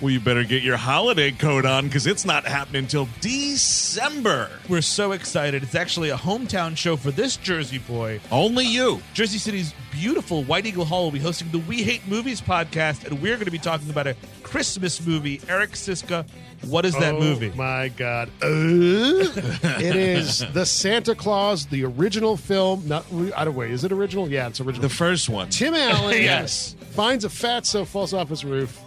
well, you better get your holiday coat on because it's not happening until December. We're so excited. It's actually a hometown show for this Jersey boy. Only you. Jersey City's beautiful White Eagle Hall will be hosting the We Hate Movies podcast, and we're going to be talking about a Christmas movie. Eric Siska, what is that Oh, movie? My God, Uh, it is the Santa Claus, the original film. Not I don't wait. Is it original? Yeah, it's original. The first one. Tim Allen, Yes. finds a fatso falls off his roof.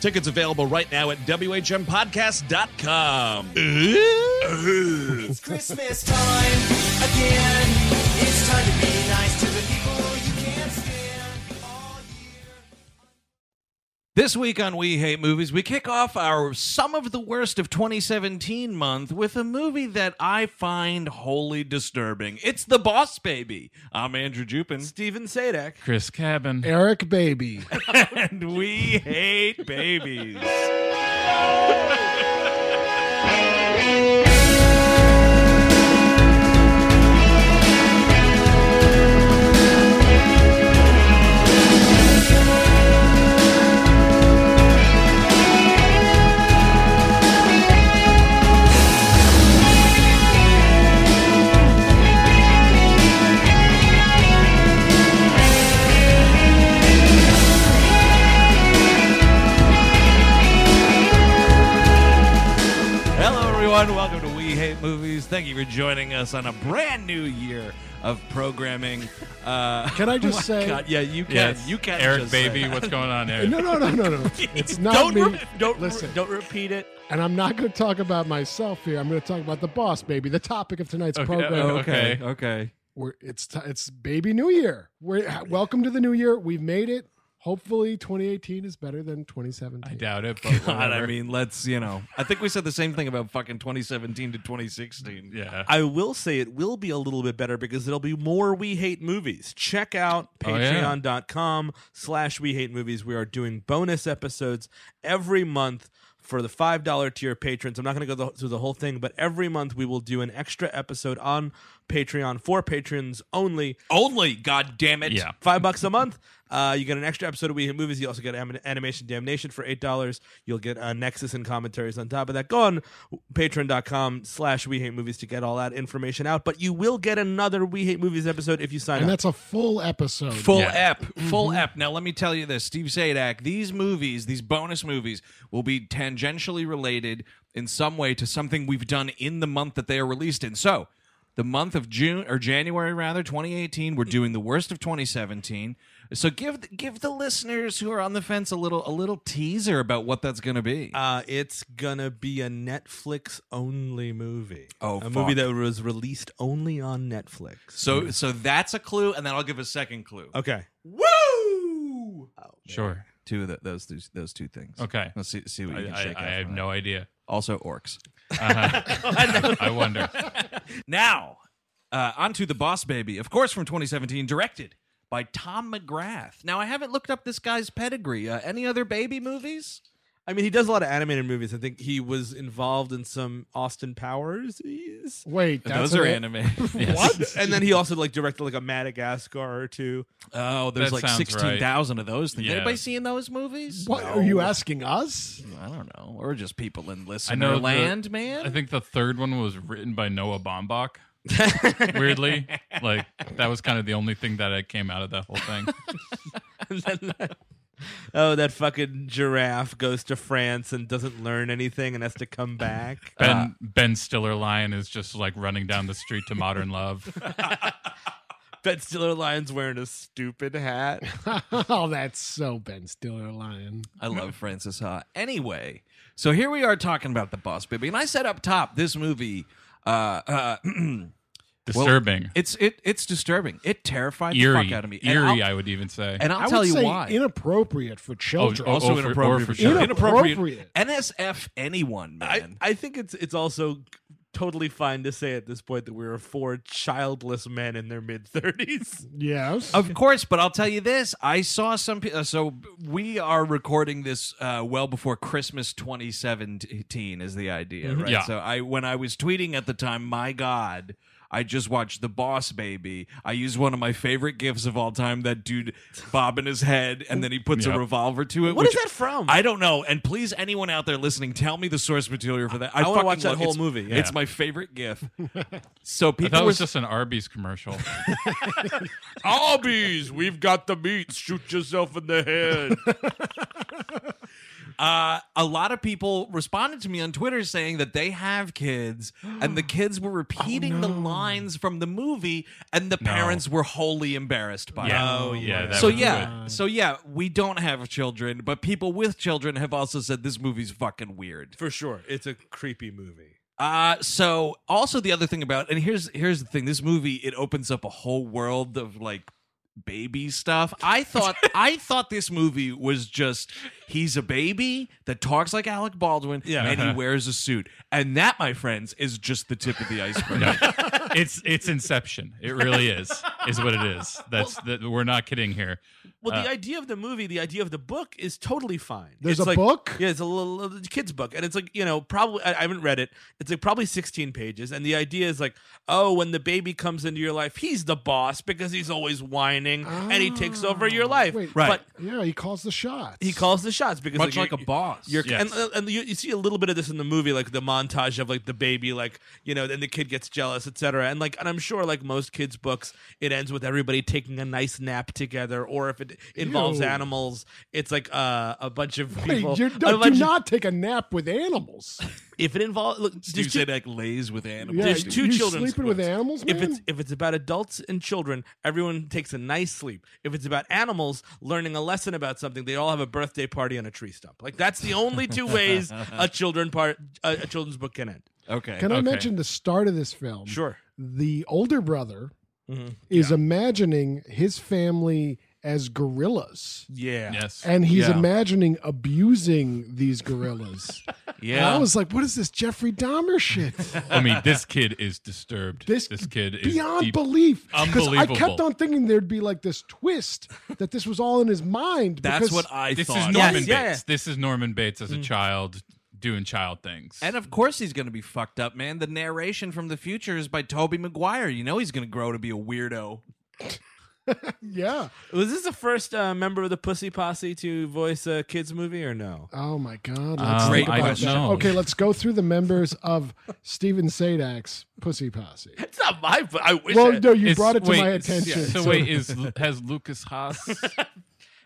Tickets available right now at WHMPodcast.com. Uh-huh. It's Christmas time again. It's time to be nice to the people you can't stand all year. This week on We Hate Movies, we kick off our Some of the Worst of 2017 month with a movie that I find wholly disturbing. It's The Boss Baby. I'm Andrew Jupin. Steven Sadak. Chris Cabin. Mm-hmm. Eric Baby. And we hate babies. Hello, everyone. Welcome to We Hate Movies. Thank you for joining us on a brand new year of programming. Uh, Can I just my Oh say- God. Yeah, you can. Yes. You can. Eric just say Baby, that. what's going on, Eric? No, no, no, no, no. It's not Don't me. re- don't re- listen. don't repeat it. And I'm not going to talk about myself here. I'm going to talk about the boss, baby. The topic of tonight's Okay, program. uh, Okay. Okay. Okay. We're, it's t- it's baby New Year. We're welcome to the New Year. We've made it. Hopefully, 2018 is better than 2017. I doubt it. But God, I whatever. mean, let's, you know, I think we said the same thing about fucking 2017 to 2016. yeah. I will say it will be a little bit better because there'll be more We Hate Movies. Check out Oh, yeah. patreon.com slash We Hate Movies. We are doing bonus episodes every month for the $5 tier patrons. I'm not going to go the, through the whole thing, but every month we will do an extra episode on Patreon for patrons only. Only, God damn it. Yeah. Five bucks a month. Uh, you get an extra episode of We Hate Movies. You also get Anim- Animation Damnation for $8. You'll get uh, Nexus and commentaries on top of that. Go on patreon.com slash We Hate Movies to get all that information out. But you will get another We Hate Movies episode if you sign And up. that's a full episode. Full Yeah. Mm-hmm. ep, full ep. Now let me tell you this, Steve Zadak. These movies, these bonus movies, will be tangentially related in some way to something we've done in the month that they are released in. So, the month of June or January, rather, 2018, we're doing the worst of 2017. So give give the listeners who are on the fence a little a little teaser about what that's going to be. Uh, it's gonna be a Netflix only movie. Oh, a fuck. movie that was released only on Netflix. so so that's a clue, and then I'll give a second clue. Okay, Woo! sure. Two of the, those two, those two things. Okay. Let's see, see I, what you can I, shake I out have from no idea. that. Also orcs. Uh-huh. I wonder. Now, uh, onto the Boss Baby, of course, from 2017, directed by Tom McGrath. Now, I haven't looked up this guy's pedigree. Uh, any other baby movies? I mean, he does a lot of animated movies. I think he was involved in some Austin Powers. Wait, that's Those are a- anime. Yes. and then he also like directed like a Madagascar or two. Oh, there's That like sounds right. sixteen thousand of those things. Yeah. Anybody seeing those movies? What No. are you asking us? I don't know. Or just people in I listener know the- land, man. I think the third one was written by Noah Baumbach. Weirdly, like that was kind of the only thing that uh, came out of that whole thing. And then that- oh, that fucking giraffe goes to France and doesn't learn anything and has to come back. Ben Uh, Ben Stiller Lion is just like running down the street to Modern Love. Ben Stiller Lion's wearing a stupid hat. oh, that's so Ben Stiller lying. I love Francis Ha. Anyway, so here we are talking about the Boss Baby, and I said up top, this movie, uh, uh, well, Disturbing, it's it it's disturbing. It terrified the eerie, fuck out of me. And eerie. I'll, I would even say. and I'll I tell would you say why. inappropriate for children. oh, also or for- inappropriate. or for sure. Inappropriate. NSF anyone, I, man. I think it's it's also totally fine to say at this point that we are four childless men in their mid thirties. Yes. of course, but I'll tell you this. I saw some people. So we are recording this uh, well before Christmas 2017 is the idea, right? Mm-hmm. Yeah. So I when I was tweeting at the time, my God, I just watched The Boss Baby. I used one of my favorite gifs of all time, that dude bobbing his head, and then he puts a Yep. revolver to it. What is which- that from? I don't know. And please, anyone out there listening, tell me the source material for that. I, I wanna fucking watch that love- whole it's- movie, yeah. It's my favorite gif. So I people thought it were was just an Arby's commercial. Arby's, we've got the meat. Shoot yourself in the head. uh, a lot of people responded to me on Twitter saying that they have kids, and the kids were repeating the Oh, lines from the movie, and the parents were wholly embarrassed by yeah. it. yeah. Oh, that Oh, So was yeah, so yeah, we don't have children, but people with children have also said this movie's fucking weird. For sure, it's a creepy movie. Uh so also the other thing about and here's here's the thing this movie it opens up a whole world of like baby stuff. I thought I thought this movie was just he's a baby that talks like Alec Baldwin Yeah. and he Uh-huh. wears a suit. And that my friends is just the tip of the iceberg. good. it's it's Inception. It really is. Is what it is. That's that we're not kidding here. Well, Uh. the idea of the movie, the idea of the book is totally fine. There's It's a like- book? Yeah, it's a little, little kid's book, and it's like you know probably I, I haven't read it. It's like probably 16 pages, and the idea is like, oh, when the baby comes into your life, he's the boss because he's always whining and he takes over your life. Oh. Wait, Right. But- yeah, he calls the shots. He calls the shots because Much like you're- a boss. You're, Yes. And, and you, you see a little bit of this in the movie, like the montage of like the baby, like you know, then the kid gets jealous, etc. And like, and I'm sure like most kids' books, it ends with everybody taking a nice nap together, or if it involves Ew. animals, it's like uh, a bunch of Wait, people. you're, a do, do bunch of- not take a nap with animals. if it involves, look, Do you there's say two, like lays with animals? Yeah, There's two you children's sleeping with books. animals, man. if it's if it's about adults and children, everyone takes a nice sleep. If it's about animals learning a lesson about something, they all have a birthday party on a tree stump. Like that's the only two ways a children part a, a children's book can end. Okay. Can I okay. mention the start of this film? Sure. The older brother is imagining his family as gorillas, Yeah. Yes. and he's Yeah. imagining abusing these gorillas. And yeah. I was like, what is this Jeffrey Dahmer shit? I mean, this kid is disturbed. This- This, kid is Beyond deep- belief. 'Cause I kept Unbelievable. on thinking there'd be like this twist that this was all in his mind. That's because- what I This is thought. Norman Bates. yeah, Mm. yeah. This is Norman Bates as a child doing child things. And of course he's going to be fucked up, man. The narration from the future is by Toby Maguire. You know he's going to grow to be a weirdo. Yeah. Was this the first uh, member of the Pussy Posse to voice a kids movie or no? Oh my God! Let's Um, think I about don't that. know. Okay, let's go through the members of Steven Sadak's Pussy Posse. It's not my. fu- I wish. Well, I- no, you It's- brought it to wait, my attention. So, wait, is has Lucas Haas? Le-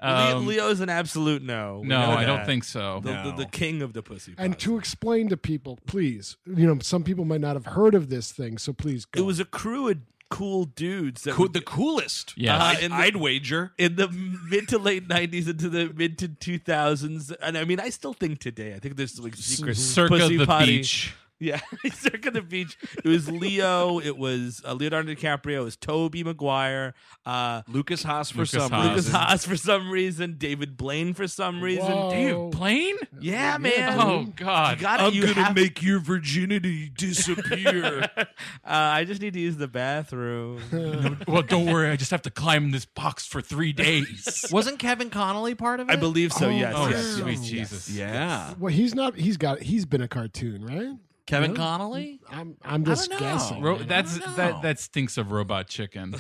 um, Leo's an absolute no. We no, know I don't that. think so. The, the, the king of the Pussy. and Posse. to explain to people, please, you know, some people might not have heard of this thing, so please go. it was a crew of cool dudes that Cool, would- the coolest. Yes. I'd, Uh, in the- I'd wager. in the mid to late nineties into the mid to two thousands, and I mean, I still think today. I think there's like secret Circa pussy the potty. beach. Yeah, Circa the Beach. It was Leo. It was uh, Leonardo DiCaprio. It was Toby Maguire. Uh, Lucas Haas for Lucas some reason. Haas. Lucas Haas for some reason. David Blaine for some reason. Whoa. Do you have plane? Yeah, man. Oh God! You got it. You have- make your virginity disappear. uh, I just need to use the bathroom. well, don't worry. I just have to climb this box for three days. Wasn't Kevin Connolly part of it? I believe so. yes. oh, yes, sweet yes, Jesus! Yeah. Well, he's not. He's got. He's been a cartoon, right? Kevin No? Connolly? I'm. I'm just know. guessing. Ro- man. that's don't know. that. That stinks of robot chicken.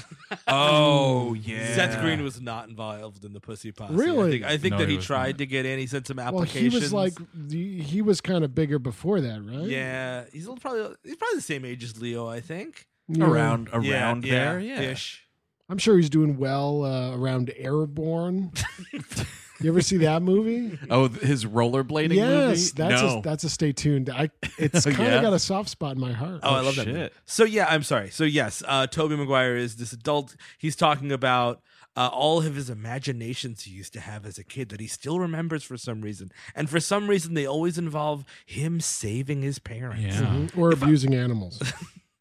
Oh, yeah. Seth Green was not involved in the Pussy Posse. I Really? think, I think No, that he he was tried not. to get in. He sent some well, he applications. was like. He he was kind of bigger before that, right? yeah, he's probably he's probably the same age as Leo. I think Yeah. around around yeah, there. yeah, Yeah. ish. I'm sure he's doing well uh, around Airborne. you ever see that movie? Oh, th- his rollerblading movie? yes, that's no. a, that's a stay tuned. I it's Oh, kind of yeah? got a soft spot in my heart. Oh, I love that. shit. Movie. So yeah, I'm sorry. So yes, uh, Toby Maguire is this adult. He's talking about uh, all of his imaginations he used to have as a kid that he still remembers for some reason, and for some reason they always involve him saving his parents. Yeah. Mhm. Or abusing animals.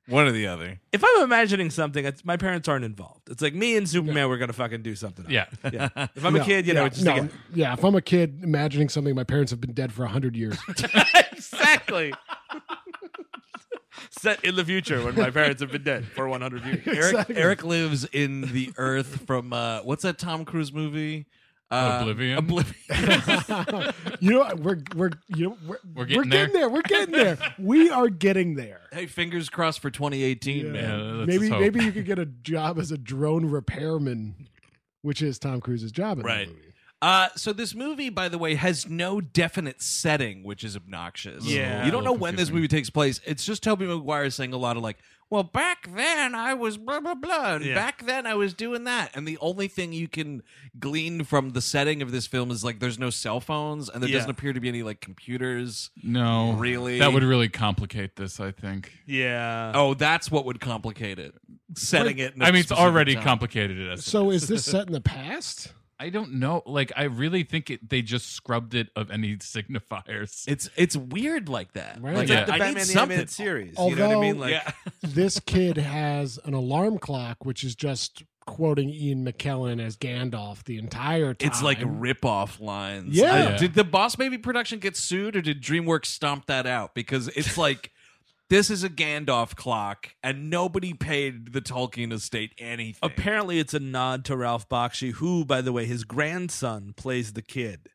One or the other. If I'm imagining something, it's, my parents aren't involved. It's like me and Superman, we're gonna fucking do something. up. Yeah. yeah. If I'm a No, kid, you know, yeah, it's just no, like a- yeah. If I'm a kid imagining something, my parents have been dead for hundred years. exactly. Set in the future when my parents have been dead for 100 years. Eric Eric lives in the earth from uh, what's that Tom Cruise movie? Uh, Oblivion? Oblivion. you know, we're we're you know we're, We're getting there. there. We're getting there. We are getting there. hey, fingers crossed for 2018, man. Yeah, let's maybe just hope. maybe you could get a job as a drone repairman, which is Tom Cruise's job in Right. the movie. Uh, so this movie, by the way, has no definite setting, which is obnoxious. Yeah. you don't know Little when this confusing. movie takes place. It's just Toby Maguire saying a lot of like, "Well, back then I was blah blah blah, and Yeah. back then I was doing that." And the only thing you can glean from the setting of this film is like, there's no cell phones, and there Yeah. doesn't appear to be any like computers. Mm-hmm. No. Really? That would really complicate this. I think. Yeah. Oh, that's what would complicate it. Setting it. in a I mean, it's specific already time. complicated. It is. So is this set in the past? I don't know. Like, I really think it, they just scrubbed it of any signifiers. It's it's weird like that. Right. Like, Yeah. I, I Batman need the something. Animated Series. you know Although- what I mean? Like, Yeah. this kid has an alarm clock, which is just quoting Ian McKellen as Gandalf the entire time. It's like rip-off lines. Yeah. Uh, Yeah. did the Boss Baby production get sued or did DreamWorks stomp that out? Because it's like this is a Gandalf clock and nobody paid the Tolkien estate anything. apparently it's a nod to Ralph Bakshi, who, by the way, his grandson plays the kid.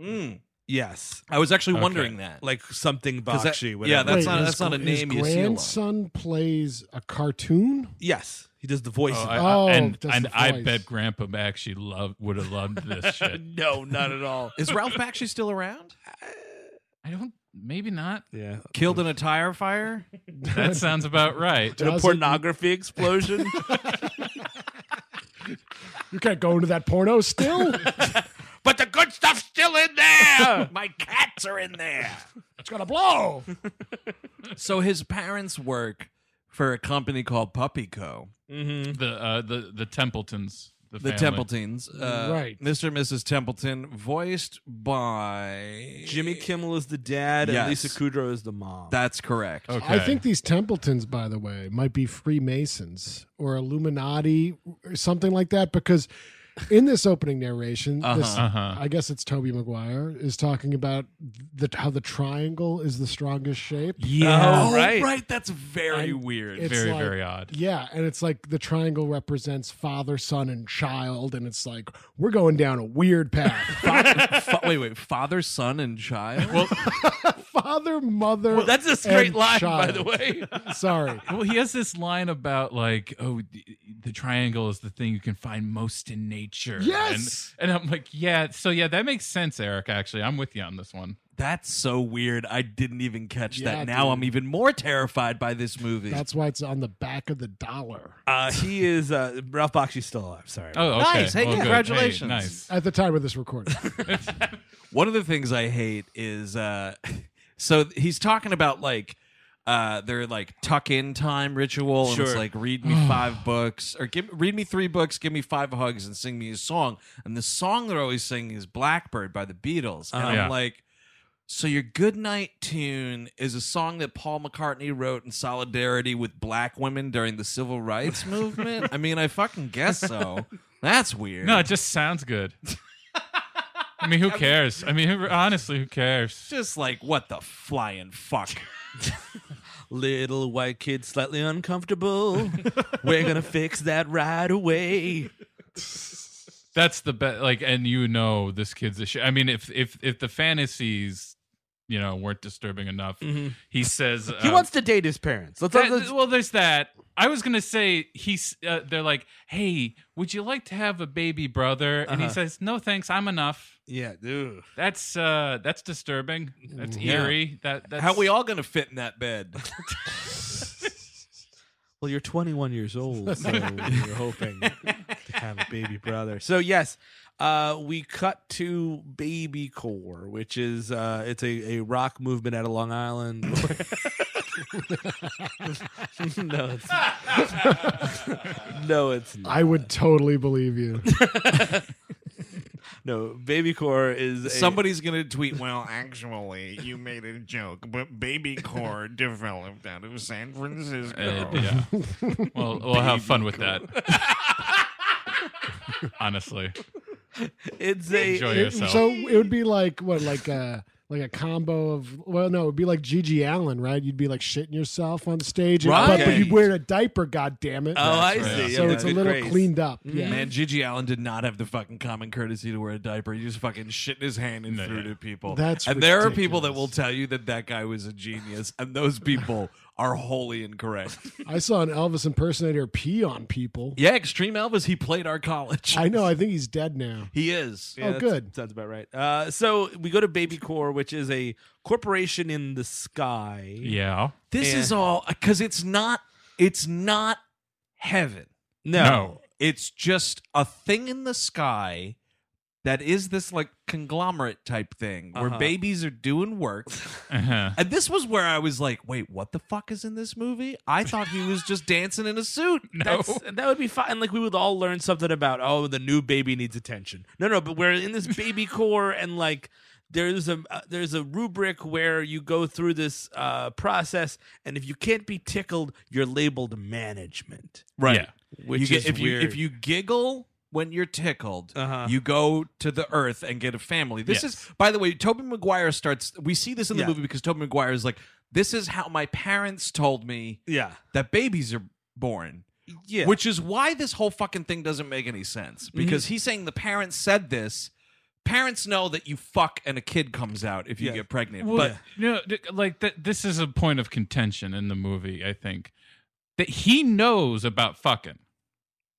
Mm. Yes. I was actually Okay. wondering that. Like something 'Cause that- Bakshi. yeah, whatever. that's Wait, not his- that's not a his name you see a lot. grandson plays a cartoon. Yes. He does the voice. Oh, of I, it. I- Oh, and that's and the I voice. bet Grandpa actually loved would have loved this shit. no, not at all. Is Ralph Bakshi still around? I don't. Maybe not. Yeah. Killed in a tire fire? That sounds about right. In a Doesn't- pornography explosion. You can't go into that porno still. but the good stuff's still in there. My cats are in there. it's gonna blow. So his parents work for a company called Puppy Co. The uh, the the Templetons. The, The family. Templetons. Uh, Right. Mr. and Mrs. Templeton, voiced by Jimmy Kimmel is the dad, and Yes. Lisa Kudrow is the mom. That's correct. Okay. I think these Templetons, by the way, might be Freemasons or Illuminati or something like that because. In this opening narration, this, Uh-huh. I guess it's Toby Maguire is talking about the, how the triangle is the strongest shape. Yeah. Oh, right. right. That's very And weird. it's very, like- very odd. Yeah, and it's like the triangle represents father, son, and child, and it's like we're going down a weird path. Fa- wait, wait. Father, son, and child. Well, father, mother. Well, that's a straight and line, by child. the way. Sorry. well, he has this line about like, oh, the, the triangle is the thing you can find most in nature. Yes! And, and I'm like, yeah. So yeah, that makes sense, Eric. Actually, I'm with you on this one. That's so weird. I didn't even catch Yeah, that. Now dude. I'm even more terrified by this movie. That's why it's on the back of the dollar. Uh, he is uh, Ralph Bakshi's still alive. Sorry. Oh, okay. Nice. Hey, Well, good. congratulations. nice. At the time of this recording. One of the things I hate is uh so he's talking about like uh their like tuck in time ritual and it's Sure. like read me five books or give read me three books, give me five hugs and sing me a song. And the song they're always singing is Blackbird by the Beatles. And I'm Uh-huh. Yeah. like So your Goodnight tune is a song that Paul McCartney wrote in solidarity with black women during the civil rights movement? I mean, I fucking guess so. That's weird. No, it just sounds good. I mean, who cares? I mean, who, honestly, who cares? just like what the flying fuck. Little white kid, slightly uncomfortable. We're gonna fix that right away. That's the best. Like, and you know, this kid's a shit. I mean, if if if the fantasies, you know, weren't disturbing enough, Mm-hmm. he says He Um, wants to date his parents. Let's, That- let's- well, there's that. I was gonna say he's. Uh, they're like, "Hey, would you like to have a baby brother?" And he Uh-huh. says, "No, thanks. I'm enough." yeah, dude. That's uh, that's disturbing. That's eerie. That that's, Mm, How we all gonna fit in that bed? Well, you're 21 years old, so you're hoping to have a baby brother. So yes, uh, we cut to Baby Core, which is uh, it's a, a rock movement out of Long Island. no, it's no, it's not. I would totally believe you. no. Baby Core is a, Somebody's gonna tweet. Well, Actually, you made a joke, but Baby Core developed out of San Francisco. Uh, yeah. well, we'll have fun with that. Honestly, It's a enjoy It- yourself. so it would be like what, like a like a combo of well, no, it would be like Gigi Allen, right? You'd be like shitting yourself on stage, and- but, but Right. you'd wear a diaper. God damn it! Oh, I see. right. Yeah, so that's it's a good little grace. cleaned up. Yeah. man, Gigi Allen did not have the fucking common courtesy to wear a diaper. He just fucking shit in his hand and No, threw it yeah. at people. That's and there are people that ridiculous. will tell you that that guy was a genius, and those people are wholly incorrect. I saw an Elvis impersonator pee on people. yeah, Extreme Elvis. He played our college. I know. I think he's dead now. he is. Oh, that's- good. Sounds about right. Uh, so we go to Baby Core, which is a corporation in the sky. yeah. This Yeah. is all because it's not. It's not heaven. No. It's just a thing in the sky that is this like conglomerate type thing where Uh-huh. babies are doing work. Uh-huh. and this was where I was like, wait, what the fuck is in this movie? I thought he was just dancing in a suit. That's, that would be fine. Like we would all learn something about oh the new baby needs attention. No, no, but we're in this baby core and like there's a uh, there's a rubric where you go through this uh, process and if you can't be tickled, you're labeled management. Right. Yeah. Which you get, is if weird. you if you giggle when you're tickled, Uh-huh. you go to the earth and get a family. This Yes. is by the way, Toby Maguire starts we see this in the Yeah. movie because Toby Maguire is like, This is how my parents told me yeah that babies are born. yeah Mm-hmm. Which is why this whole fucking thing doesn't make any sense. Because he's saying the parents said this. Parents know that you fuck and a kid comes out if you Yeah. get pregnant. Well, but no, th- like th- this is a point of contention in the movie. I think that he knows about fucking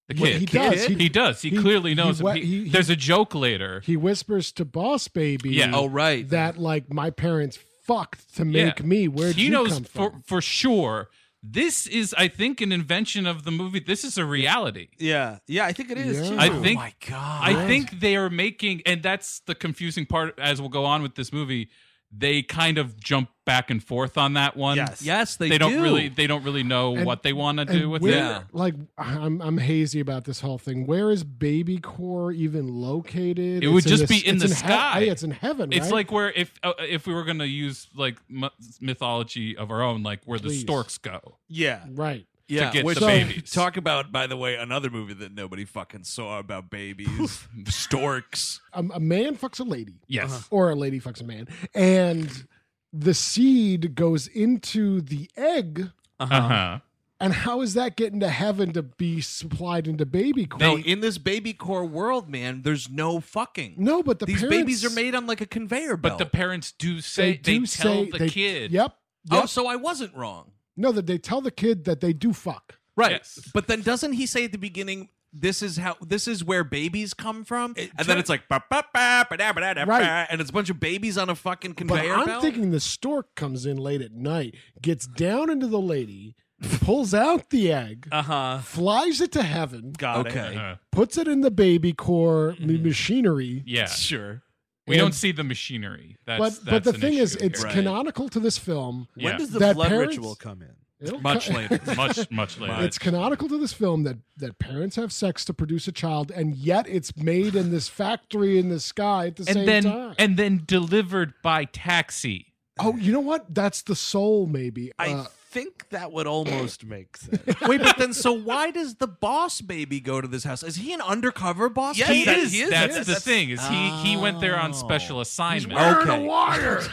the kid. Well, he does. He, He- does. He, he- clearly he knows. wa- He- he- he- there's a joke later. He whispers to Boss Baby. Yeah. oh right. That like my parents fucked to make Yeah. me. Where'd he you knows come from? for for sure. This is, I think, an invention of the movie. This is a reality. yeah yeah I think it is. Yeah. too. I think. oh my god. I think they are making, and that's the confusing part as we'll go on with this movie. They kind of jump back and forth on that one. Yes. yes, they, they, don't do. really, they don't really know And- what they want to And do with where, it. Yeah. Like I'm, I'm hazy about this whole thing. Where is Baby Core even located? It would It's just this- be in it's the hea- sky. hey, it's in heaven. It's right? like where if uh, if we were gonna use like m- mythology of our own, like where the Please. storks go. yeah right. yeah, get which the babies. Talk about, by the way, another movie that nobody fucking saw about babies, storks. A, Um, a man fucks a lady, Uh-huh. Yes, or a lady fucks a man, and the seed goes into the egg. uh-huh. And how is that getting to heaven to be supplied into Baby Core? No, in this baby core world, man, there's no fucking. No, but the these parents, babies are made on like a conveyor But belt. the parents do say They they, do tell say the they, kid. Yep. oh, yep. so I wasn't wrong. No, that they tell the kid that they do fuck. Right. Yes. But then doesn't he say at the beginning, this is how this is where babies come from? and then tur- it's like ba ba ba ba da ba da da ba Right. and it's a bunch of babies on a fucking But conveyor I'm belt. thinking the stork comes in late at night, gets down into the lady, pulls out the egg, uh huh flies it to heaven, got it. okay. Uh, puts it in the baby core m- Mm-hmm. machinery. yeah, Sure. we And- don't see the machinery. That's, But that's but the an thing is, issue it's here. Right. canonical to this film. Yeah. When does the That blood parents- ritual come in? It'll Much co- later. much much later. It's canonical to this film that that parents have sex to produce a child, and yet it's made in this factory in the sky at the same and then time. and then delivered by taxi. oh, you know what? That's the soul, maybe. I Uh, think that would almost make sense. Wait, but then so why does the boss baby go to this house? Is he an undercover boss? Yeah, baby? that's, that's the thing is he he went there on special Oh. assignment. okay.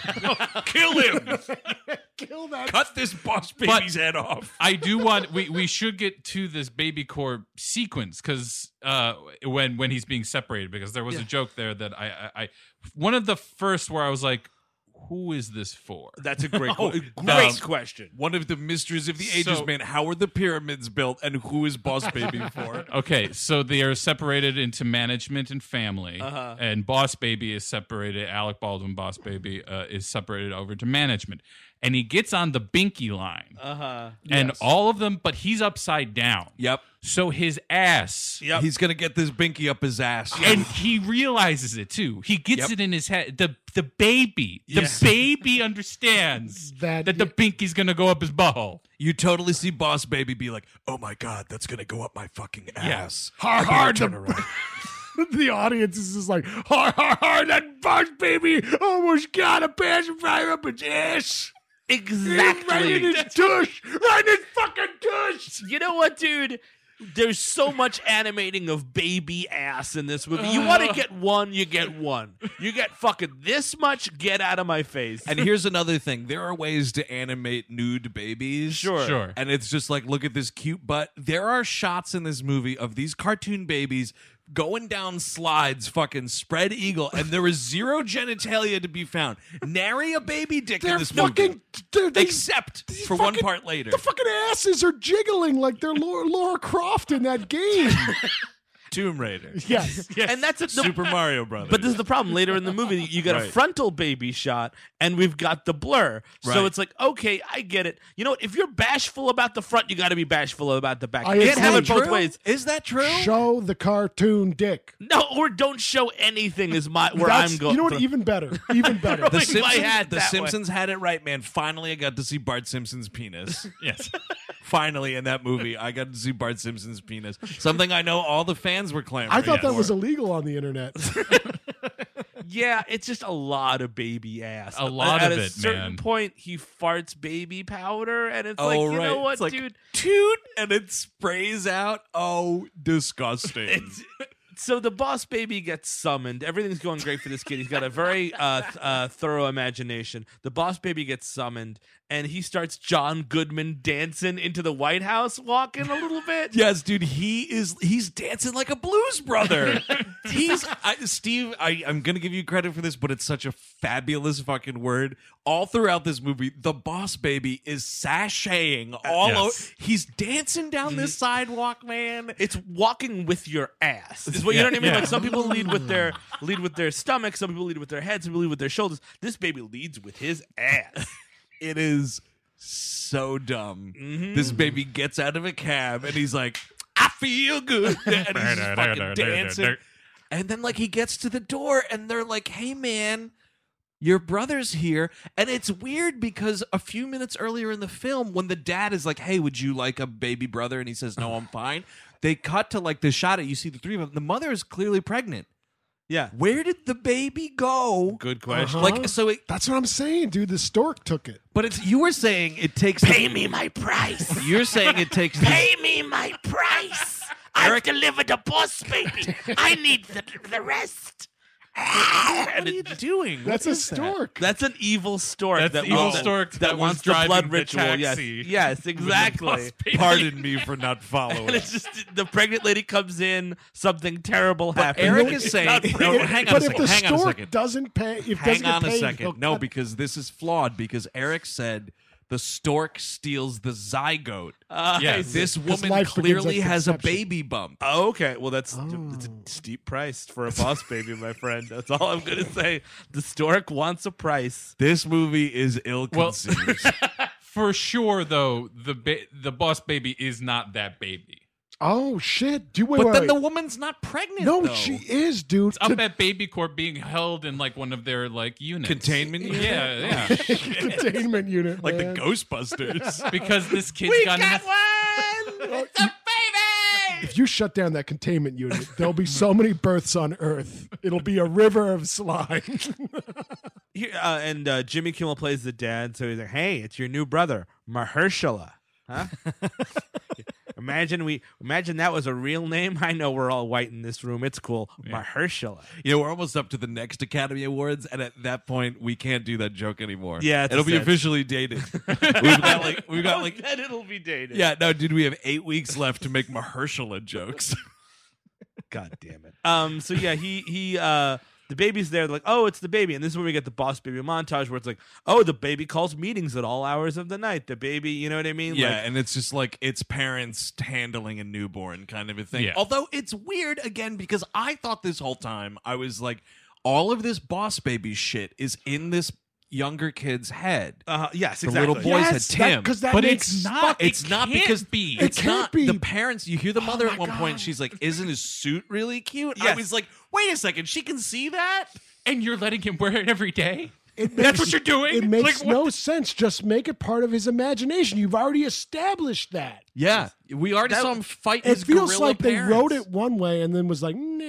Kill him. kill that. Cut this boss baby's baby's head off. I do want we we should get to this baby core sequence because uh when when he's being separated because there was a joke there that I, I I one of the first where I was like who is this for That's a great, Oh, great um, question. One of the mysteries of the ages, So- man. How were the pyramids built, and who is boss baby for? okay so they are separated into management and family and boss baby is separated Alec Baldwin boss baby uh, is separated over to management and he gets on the binky line Uh huh. and all of them but he's upside down Yep. so his ass Yep. He's gonna get this binky up his ass. and he realizes it too. He gets Yep. it in his head. The the baby, the Yes. baby understands That- that, the binky's gonna go up his butthole. you totally see boss baby be like, "Oh my god, that's gonna go up my fucking ass." Har har! The, around. the audience is just like har har har! That boss baby almost got a pacifier up his ass. Right in his tush. Right in his fucking tush. You know what, dude? There's so much animating of baby ass in this movie. You Uh-huh. want to get one, you get one. You get fucking this much, get out of my face. And here's another thing: there are ways to animate nude babies. Sure. Sure. And it's just like, look at this cute butt. There are shots in this movie of these cartoon babies going down slides, fucking spread eagle, and there is zero genitalia to be found. Nary a baby dick They're in this fucking. movie. They're, they, Except these for one fucking- part later. The fucking asses are jiggling like they're Laura, Laura Croft in that game. Tomb Raider. yes. And that's a, the, Super Mario Brothers. But this is the problem. Later in the movie, you got a frontal baby shot, and we've got the blur. Right. So it's like, okay, I get it. You know what? If you're bashful about the front, you got to be bashful about the back. I You can't have it agree. both ways. Is that true? Show the cartoon dick. No, or don't show anything. Is my where That's- I'm You going. know what? Even better. Even better. The Wait, if I Simpsons, had the that way. Simpsons had it right, man. Finally, I got to see Bart Simpson's penis. Yes. Finally, in that movie, I got to see Bart Simpson's penis. Something I know all the fans were clamoring. I thought that for. was illegal on the internet. Yeah, it's just a lot of baby ass. A lot At of a it, certain man. point, he farts baby powder, and it's Oh, like, you right. know what, It's like- dude? toot and it sprays out. Oh, disgusting. It's, so the boss baby gets summoned. Everything's going great for this kid. He's got a very uh, th- uh, thorough imagination. The boss baby gets summoned, and he starts John Goodman dancing into the White House, walking a little bit. yes, dude, he is he's dancing like a blues brother. he's I, Steve, I, I'm gonna give you credit for this, but it's such a fabulous fucking word. All throughout this movie, the boss baby is sashaying all yes. over he's dancing down this sidewalk, man. It's walking with your ass. Is what you know what I mean? yeah. Like some people lead with their lead with their stomach, some people lead with their heads, some people lead with their shoulders. This baby leads with his ass. It is so dumb. Mm-hmm. This baby gets out of a cab and he's like, I feel good. And he's just fucking dancing. And then like he gets to the door and they're like, "Hey man, your brother's here." And it's weird because a few minutes earlier in the film when the dad is like, "Hey, would you like a baby brother?" and he says, "No, I'm fine." They cut to like the shot at you see the three of them. The mother is clearly pregnant. Yeah. Where did the baby go? Good question. Uh-huh. Like so it That's what I'm saying, dude. The stork took it. but it's you were saying it takes Pay me my price. You're saying it takes Pay me my price. I've delivered a boss baby. I need the, the rest. What are you doing? That's a stork. That's an evil stork. That's that the evil wants- stork that, that was wants the blood driving the ritual. yes, taxi yes, exactly. Pardon me for not following. And it's just the pregnant lady comes in. Something terrible happens. Eric It's is saying, not no, real. hang on a but if the second, hang on a stork second. doesn't pay, if doesn't Hang get on a paid, second. they'll No, cut- because this is flawed because Eric said the stork steals the zygote. Uh, Yes. This woman life begins at clearly has a conception. baby bump. Oh, okay. Well, that's Oh. it's a steep price for a boss baby, my friend. That's all I'm gonna say. The stork wants a price. This movie is ill conceived. For sure, though the ba- the boss baby is not that baby. Oh shit! Do wait, But wait, then the wait. woman's not pregnant. no, though. she is, dude. Up To- at Baby Corp being held in like one of their like units. Containment unit? Yeah, yeah. containment unit, like the man. Ghostbusters. because this kid's got, enough- one. It's a baby. If you shut down that containment unit, there'll be so many births on Earth. It'll be a river of slime. Here, uh, and uh, Jimmy Kimmel plays the dad, so he's like, "Hey, it's your new brother, Mahershala." Huh? imagine we imagine that was a real name. I know we're all white in this room. It's cool, Mahershala. You know, we're almost up to the next Academy Awards, and at that point, we can't do that joke anymore. Yeah, it's it'll a be set. officially dated. we've got like we've got like Then it'll be dated. yeah. No, dude, we have eight weeks left to make Mahershala jokes. God damn it. Um. So yeah, he he uh. The baby's there, they're like, oh, it's the baby. And this is where we get the boss baby montage where it's like, oh, the baby calls meetings at all hours of the night. The baby, you know what I mean? Yeah, Like, and it's just like it's parents handling a newborn kind of a thing. Yeah. Although it's weird again because I thought this whole time I was like, all of this boss baby shit is in this younger kid's head. uh, yes, the exactly. little boys Yes, had that- Tim, 'cause that but makes it's fuck- not. it It's not can't because be. It It's can't not be. the parents. You hear the mother at one point. She's like, "Isn't his suit really cute?" I Yes. was like, "Wait a second, she can see that." and you're letting him wear it every day. It makes- That's what you're doing. It makes Like, what no sense. Just make it part of his imagination. You've already established that. Yeah, we already saw him fight. It feels like they wrote it one way and then was like, nah,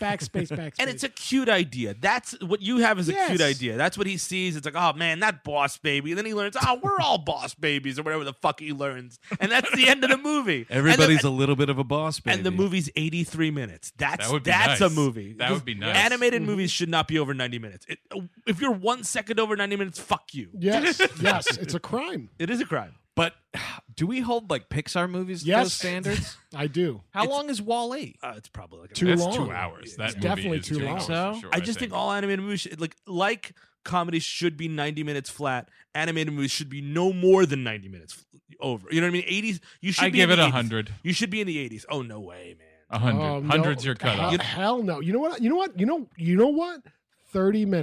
backspace, backspace. And it's a cute idea. That's what you have is a Yes. cute idea. That's what he sees. It's like, oh man, that boss baby. And then he learns, oh, we're all boss babies or whatever the fuck he learns. And that's the end of the movie. And the- Everybody's a little bit of a boss baby. and the movie's 83 minutes. That's That would be that's nice. a movie. That would be nice. Mm-hmm. Animated movies should not be over 90 minutes. It, uh, if you're one second over 90 minutes, fuck you. yes, yes, it's a crime. It is a crime. But do we hold like Pixar movies to Yes. those standards? I do. How long is Wall-E? Uh, it's probably like a- Too That's long. two hours. That It's movie definitely is too two long. hours for So? sure, I just think. all animated movies should, like like comedy should be 90 minutes flat. Animated movies should be no more than 90 minutes f- over. You know what I mean? 80s. You should I be give in it the a 80s. hundred. You should be in the 80s. Oh no way, man. A hundred. Oh, no. Hundreds your cut hell, off. Hell no. You know what? You know what? You know. You know what? Thirty minutes.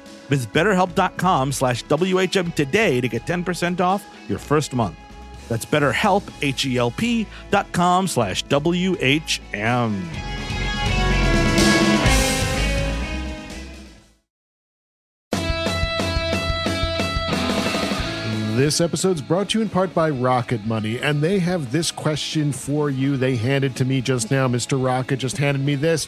Visit betterhelp.com slash WHM today to get 10% off your first month. That's betterhelp, H-E-L-P dot com slash W-H-M. This episode's brought to you in part by Rocket Money, and they have this question for you. They handed to me just now. Mr. Rocket just handed me this.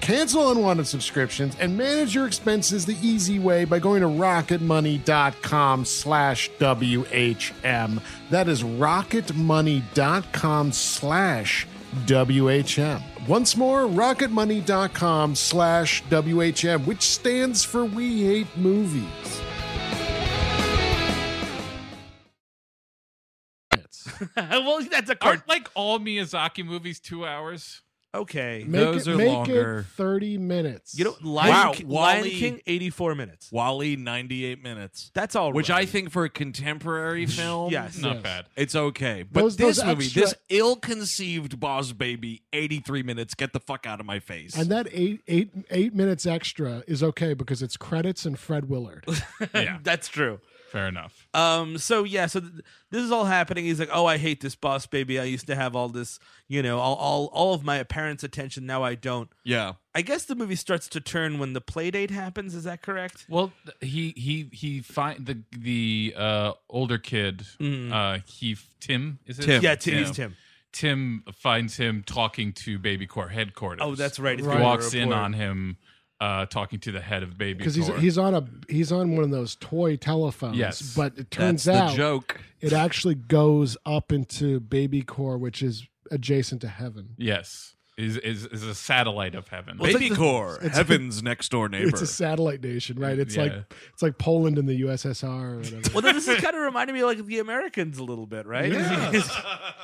cancel unwanted subscriptions, and manage your expenses the easy way by going to rocketmoney.com slash WHM. That is rocketmoney.com slash WHM. Once more, rocketmoney.com slash WHM, which stands for We Hate Movies. well, that's a card. Aren't like all Miyazaki movies two hours? Okay. Make Those it, are make longer. it 30 minutes. You know, Lion, Wow, Ki- Lion Wall-E. King, 84 minutes. Wally, 98 minutes. That's all. Which right. I think for a contemporary film, Yes. Not Yes. bad. it's okay. But Those- this those movie, extra- this ill conceived Boss Baby, 83 minutes, get the fuck out of my face. And that eight eight eight minutes extra is okay because it's credits and Fred Willard. Yeah, That's true. fair enough. Uh, Um. So yeah. So th- this is all happening. He's like, "Oh, I hate this boss, baby. I used to have all this, you know, all all, all of my parents' attention. Now I don't." yeah. I guess the movie starts to turn when the play date happens. Is that correct? Well, th- he he he find the the uh, older kid. Mm. Uh, he Tim is it? Tim. Yeah, Tim. It's Tim. Tim finds him talking to Baby Corps headquarters. Oh, that's right. It's He Corps walks in report. on him, uh, talking to the head of Baby Corps. because he's he's on a he's on one of those toy telephones. Yes, but it That's turns the out joke. it actually goes up into Baby Core, which is adjacent to heaven. yes, is is is a satellite of heaven. Baby Core, Heaven's next door neighbor. It's a satellite nation, right? It's like Yeah. it's like Poland and the USSR or whatever. Well, then this is kind of reminding me of, like the Americans a little bit, right?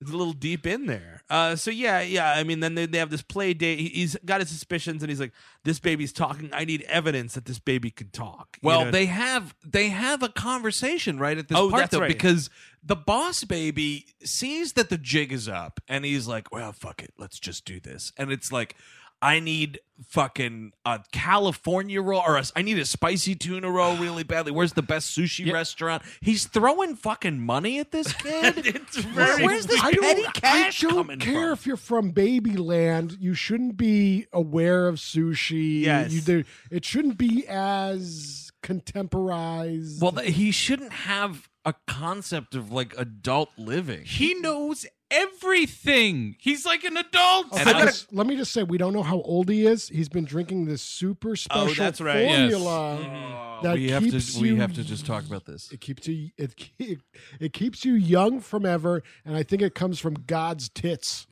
it's a little deep in there. Uh, so yeah, yeah. I mean, then they, they have this play date. He- He's got his suspicions, and he's like, "This baby's talking. I need evidence that this baby can talk." You Well, know? they have they have a conversation right at this Oh, part that's though, right. because the boss baby sees that the jig is up and he's like, "Well, fuck it, let's just do this." And it's like, I need fucking a California roll or a, I need a spicy tuna roll really badly. Where's the best sushi restaurant? He's throwing fucking money at this kid. it's very Where's this I petty don't, I cash coming don't care from? if you're from Babyland. You shouldn't be aware of sushi. Yes. You- there- it shouldn't be as contemporized. Well, th- he shouldn't have a concept of like adult living. he knows everything. He's like an adult. Also, And I let- just- let me just say, we don't know how old he is. He's been drinking this super special that's right. Yes. formula that we have keeps to we you- have to just talk about this. It keeps you it, ke- it keeps you young from ever, and I think it comes from God's tits.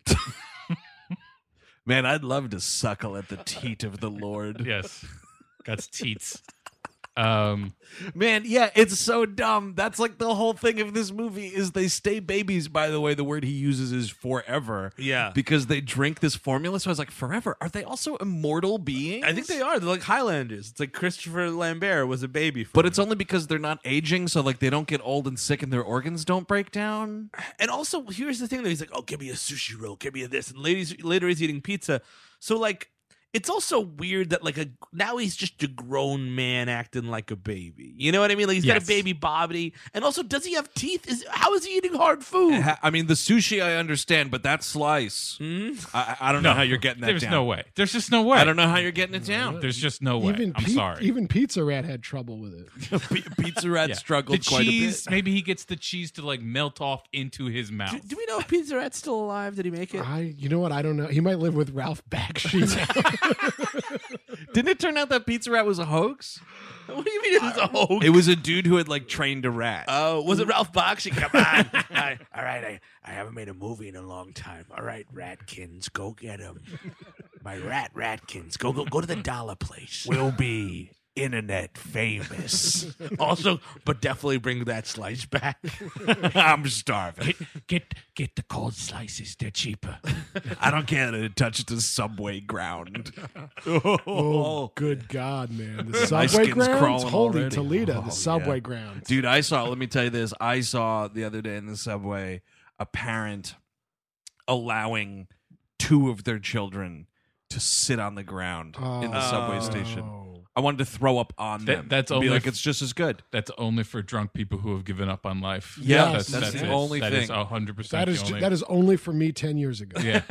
Man, I'd love to suckle at the teat of the Lord. yes, that's teats. Um, Man, yeah, it's so dumb. That's like the whole thing of this movie is they stay babies, by the way, the word he uses is forever. Yeah. Because they drink this formula. So I was like, forever. Are they also immortal beings? I think they are. They're like Highlanders. It's like Christopher Lambert was a baby. For But it's only because they're not aging, so like they don't get old and sick and their organs don't break down. and also here's the thing though. He's like, "Oh, give me a sushi roll. Give me a this." And ladies later he's eating pizza. So like, it's also weird that like a now he's just a grown man acting like a baby. You know what I mean? Like he's got a Yes. baby body, and also does he have teeth? Is how is he eating hard food? Ha- I mean, the sushi I understand, but that slice. I, I don't know how you're getting that there's down. no way. There's just no way. I don't know how you're getting it down. There's just no way. even I'm Pe- sorry. even Pizza Rat had trouble with it. P- Pizza Rat Yeah. struggled the quite cheese, a bit. Maybe he gets the cheese to like melt off into his mouth. Do, do we know if Pizza Rat's still alive? Did he make it? Uh, I, you know what? I don't know. He might live with Ralph Bakshi. Didn't it turn out that Pizza Rat was a hoax? What do you mean it's a hoax? It was a dude who had like trained a rat. Oh, was it Ralph Bakshi? Come on. I, all right, I, I haven't made a movie in a long time. All right, Ratkins, go get him. My rat, Ratkins, go go go to the dollar place. We'll be internet famous. also, but definitely bring that slice back. I'm starving. Get get the cold slices; they're cheaper. I don't care that it touched the subway ground. Oh, Good God, man! The My subway skin's grounds, crawling holy already. Toledo, Oh, yeah. the subway grounds. Dude, I saw, let me tell you this. I saw the other day in the subway a parent allowing two of their children to sit on the ground in the subway station. Oh. I wanted to throw up on That- them. that's and be only like f- it's just as good. That's only for drunk people who have given up on life. Yeah, Yes, that's, that's the it. only That thing. is hundred percent. That is the only. that is only for me ten years ago. yeah,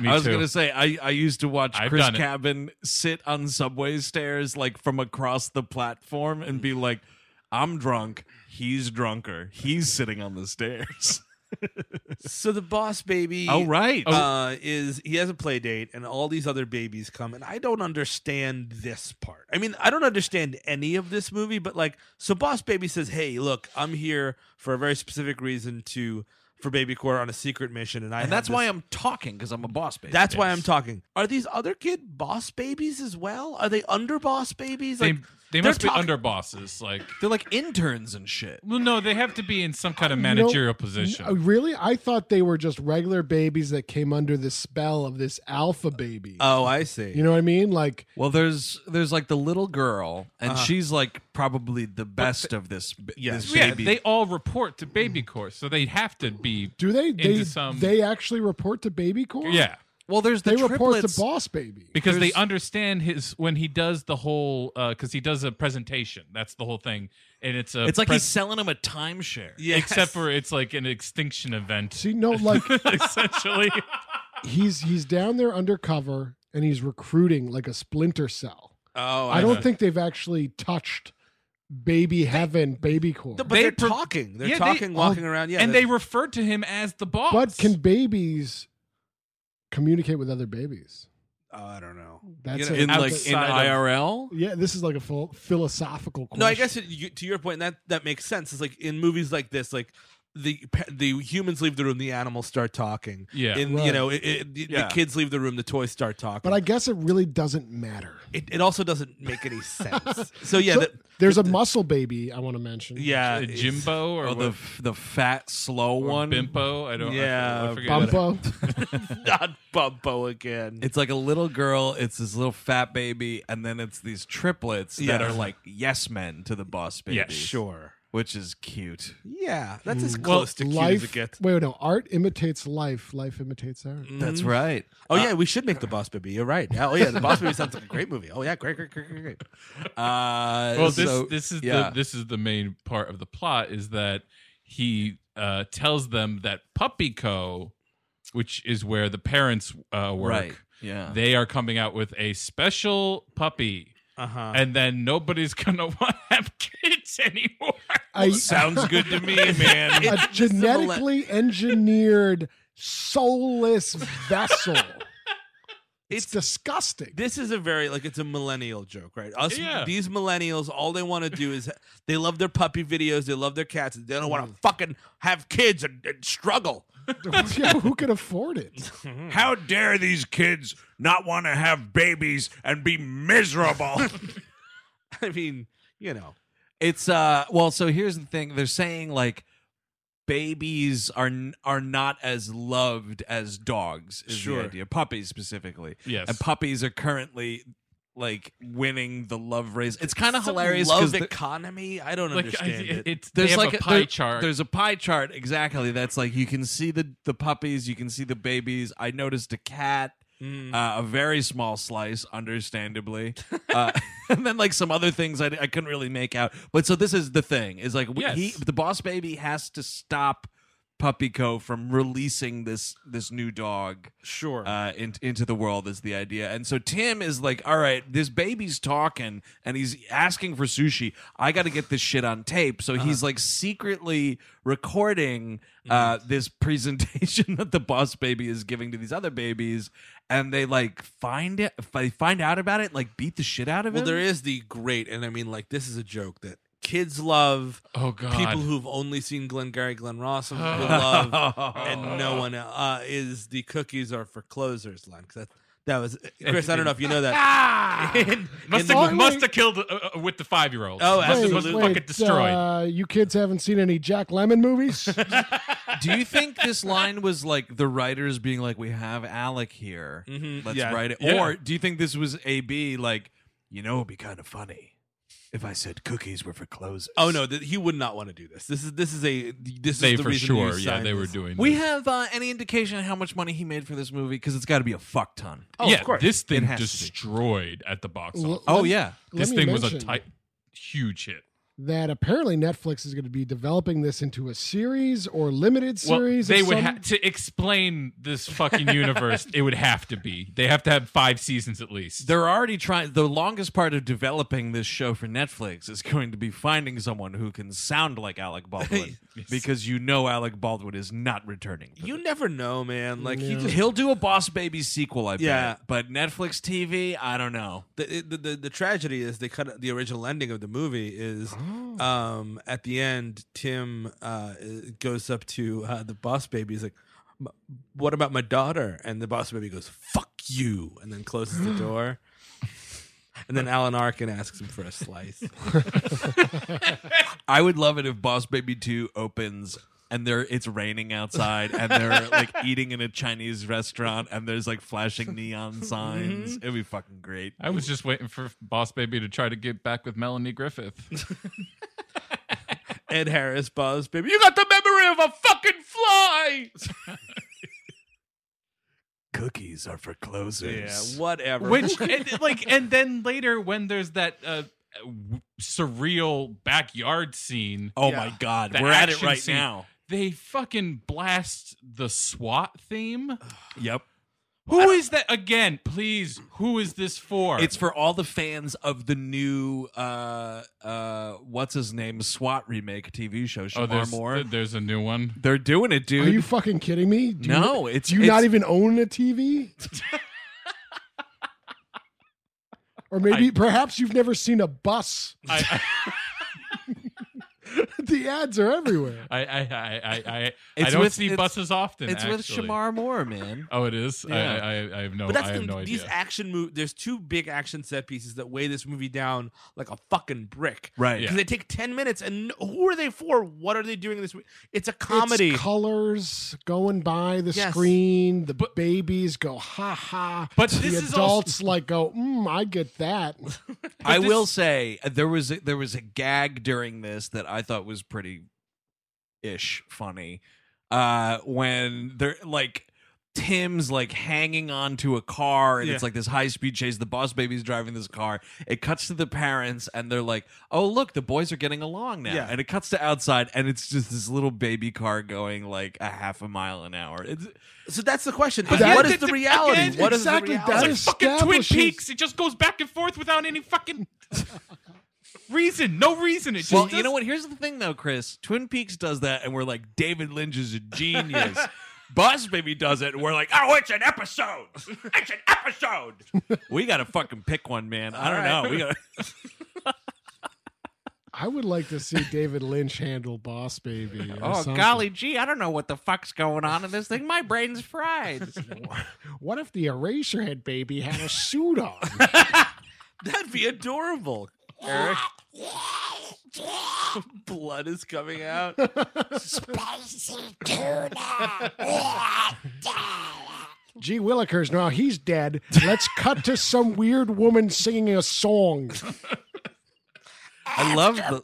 me I was too. gonna say I, I used to watch I've Chris done it. Cabin sit on subway stairs like from across the platform and be like, "I'm drunk, he's drunker, he's sitting on the stairs." so the boss baby Oh, right. uh, is he has a play date and all these other babies come and i don't understand this part i mean i don't understand any of this movie but like so boss baby says hey look i'm here for a very specific reason to for baby core on a secret mission and i and that's have why this- I'm talking because I'm a boss baby. that's why i'm Yes. talking are these other kid boss babies as well are they under boss babies They, Like, they they're must be talk- underbosses. Like, They're like interns and shit. well, no, they have to be in some kind of You know, managerial position. Oh, n- Oh, Really? I thought they were just regular babies that came under the spell of this alpha baby. oh i see you know what I mean? Like Well, there's there's like the little girl, and she's like probably the best of this, b- Yes. this yeah, baby. they all report to baby corps, so they have to be. do they they, Into some- they actually report to baby core? Yeah, well, there's the They report triplets. to boss baby. because they There's- understand his when he does the whole because he does a presentation. That's the whole thing, and it's a it's like he's pres- selling him a timeshare. Yes. except for it's like an extinction event. See, no, like essentially. he's he's down there undercover and he's recruiting like a splinter cell. oh I don't think they've actually touched baby heaven, baby core. but They they are pro- talking they're Yeah, they- oh, talking walking around yeah and they're- they refer to him as the boss. but can babies communicate with other babies? oh, i don't know That's know, a- in like that's- in Outside of- IRL. yeah. This is like a phil- philosophical. Question. No, I guess it, you, to your point that that makes sense. It's like in movies like this, like the pe- the humans leave the room, the animals start talking. Yeah. in you Right. know, it, it, the- Yeah. the kids leave the room, the toys start talking. but I guess it really doesn't matter. it, it also doesn't make any sense. so yeah, So that, there's a muscle baby I want to mention. yeah, Uh, it's- Jimbo or Oh, the what? f- the fat slow Or one. Bimpo. I don't. Yeah, I forget, I forget what- Bumpo. not Bumbo again. It's like a little girl. It's this little fat baby, and then it's these triplets that Yeah. are like yes men to the boss baby. Yeah, sure. which is cute. Yeah, that's as close to cute as it Mm. life. gets. Mm, Wait, no. Art imitates life. Life imitates art. That's right. Oh yeah, we should make the Boss Baby. You're right. Oh yeah, the Boss Baby sounds like a great movie. Oh yeah, great, great, great, great, great. Uh, Well, this so- this is yeah. the this is the main part of the plot is that he uh, tells them that Puppy Co, which is where the parents uh, work, right. Yeah, they are coming out with a special puppy, Uh huh. and then nobody's gonna want to have kids anymore. I, sounds good to me, man. a genetically engineered soulless vessel. It's, It's- disgusting. this is a very like it's a millennial joke, right? Us Yeah. these millennials, all they want to do is they love their puppy videos, they love their cats, and they don't want to Mm. fucking have kids and, and struggle. yeah, who can afford it? How dare these kids not want to have babies and be miserable? I mean, you know, It's uh well, so here's the thing. They're saying like babies are n- are not as loved as dogs is Sure. the idea. Puppies specifically. Yes. And puppies are currently like winning the love race. It's kind of Some hilarious love the- economy. I don't like I, understand it, it. it's there's they have like a pie there- chart. There's a pie chart exactly. That's like you can see the the puppies, you can see the babies. I noticed a cat, Mm. uh, a very small slice, understandably, uh, and then like some other things I, I couldn't really make out. But so this is the thing: is like we Yes. he the boss baby has to stop Puppy Co from releasing this this new dog Sure. uh, in, into the world is the idea. And so Tim is like, all right, this baby's talking and he's asking for sushi. I got to get this shit on tape. So Uh-huh. he's like secretly recording Mm-hmm. uh, this presentation that the boss baby is giving to these other babies. And they like find it, they find out about it, like beat the shit out of well, him. there is the great, and I mean, like this is a joke that kids love. oh god, People who've only seen Glengarry Glen Ross will love, and no one el- uh, is the cookies are for closers line. 'Cause that, that was Chris. I don't know if you know that. In- in must the- have morning- must have killed uh, uh, with the five year old. Oh, must absolutely. have fucking destroyed. Uh, you kids haven't seen any Jack Lemon movies? Do you think this line was like the writers being like, "We have Alec here, Mhm, let's yeah. write it," Yeah. or do you think this was AB like, you know, it'd be kind of funny if I said cookies were for closers? Oh no, th- he would not want to do this. This is this is a this they is the for reason sure, you yeah, signed they were this. doing. We this. have uh, any indication of how much money he made for this movie? Because it's got to be a fuck ton. oh, yeah, this thing has to be. destroyed at the box L- office. Oh let- yeah, let this me thing was a mention- tight, huge hit. that apparently Netflix is going to be developing this into a series or limited Well, series. they of would some- have to explain this fucking universe. it would have to be. They have to have five seasons at least. They're already trying. The longest part of developing this show for Netflix is going to be finding someone who can sound like Alec Baldwin, because you know Alec Baldwin is not returning. for You never know, man. Like he this. just He'll do a Boss Baby sequel, I bet. Yeah. But Netflix TV, I don't know. the, the the the tragedy is they cut the original ending of the movie is um at the end Tim uh goes up to uh, the boss baby he's like "M- what about my daughter and the boss baby goes fuck you and then closes the door and then Alan Arkin asks him for a slice I would love it if Boss Baby 2 opens and there it's raining outside and they're like eating in a Chinese restaurant and there's like flashing neon signs. It'd be fucking great. I was just waiting for Boss Baby to try to get back with Melanie Griffith. Ed Harris boss baby you got the memory of a fucking fly Cookies are for yeah closers. whatever Which and, like and then later when there's that uh, w- surreal backyard scene, Oh my god, The we're at it action right scene. now. they fucking blast the SWAT theme. Yep. Who is that again? Please, who is this for? It's for all the fans of the new uh uh what's his name SWAT remake TV show oh, Shamar there's, Moore. th- there's a new one. They're doing it, dude. Are you fucking kidding me? Do you, no, it's do you it's- not even own a TV? or maybe perhaps you've never seen a bus. I, the ads are everywhere. I, I, I, I, I, I It's don't with- see it's- buses often. It's with actually. Shamar Moore, man. Oh, it is. Yeah. I, I, I have no. But that's I have the, no idea. these action move. There's two big action set pieces that weigh this movie down like a fucking brick. Right. Because Yeah. they take ten minutes, and n- who are they for? What are they doing in this? Movie? It's a comedy. It's colors going by the Yes. screen. The But- babies go ha ha. But the this is also- adults like go, mm, I get that. I this- will say uh, there was a, there was a gag during this that I thought was pretty ish funny uh, when they're like Tim's like hanging on to a car and it's Yeah. like this high speed chase. The boss baby's driving this car. It cuts to the parents and they're like, "Oh look, the boys are getting along now." Yeah. And it cuts to outside and it's just this little baby car going like a half a mile an hour. It's so that's the question. But is that- what is the reality? again, what is exactly, the that reality? is- fucking Twin establishes- Peaks. It just goes back and forth without any fucking reason. No reason. It just Well, you does- know what? Here's the thing, though, Chris. Twin Peaks does that, and we're like, David Lynch is a genius. Boss Baby does it, and we're like, oh, it's an episode. It's an episode. we gotta fucking pick one, man. I don't know. We gotta. I would like to see David Lynch handle Boss Baby. or something. Oh, gee, I don't know what the fuck's going on in this thing. My brain's fried. What if the Eraserhead baby had a suit on? That'd be adorable, Eric. Blood is coming out. Gee Willikers, now he's dead. Let's cut to some weird woman singing a song. I love the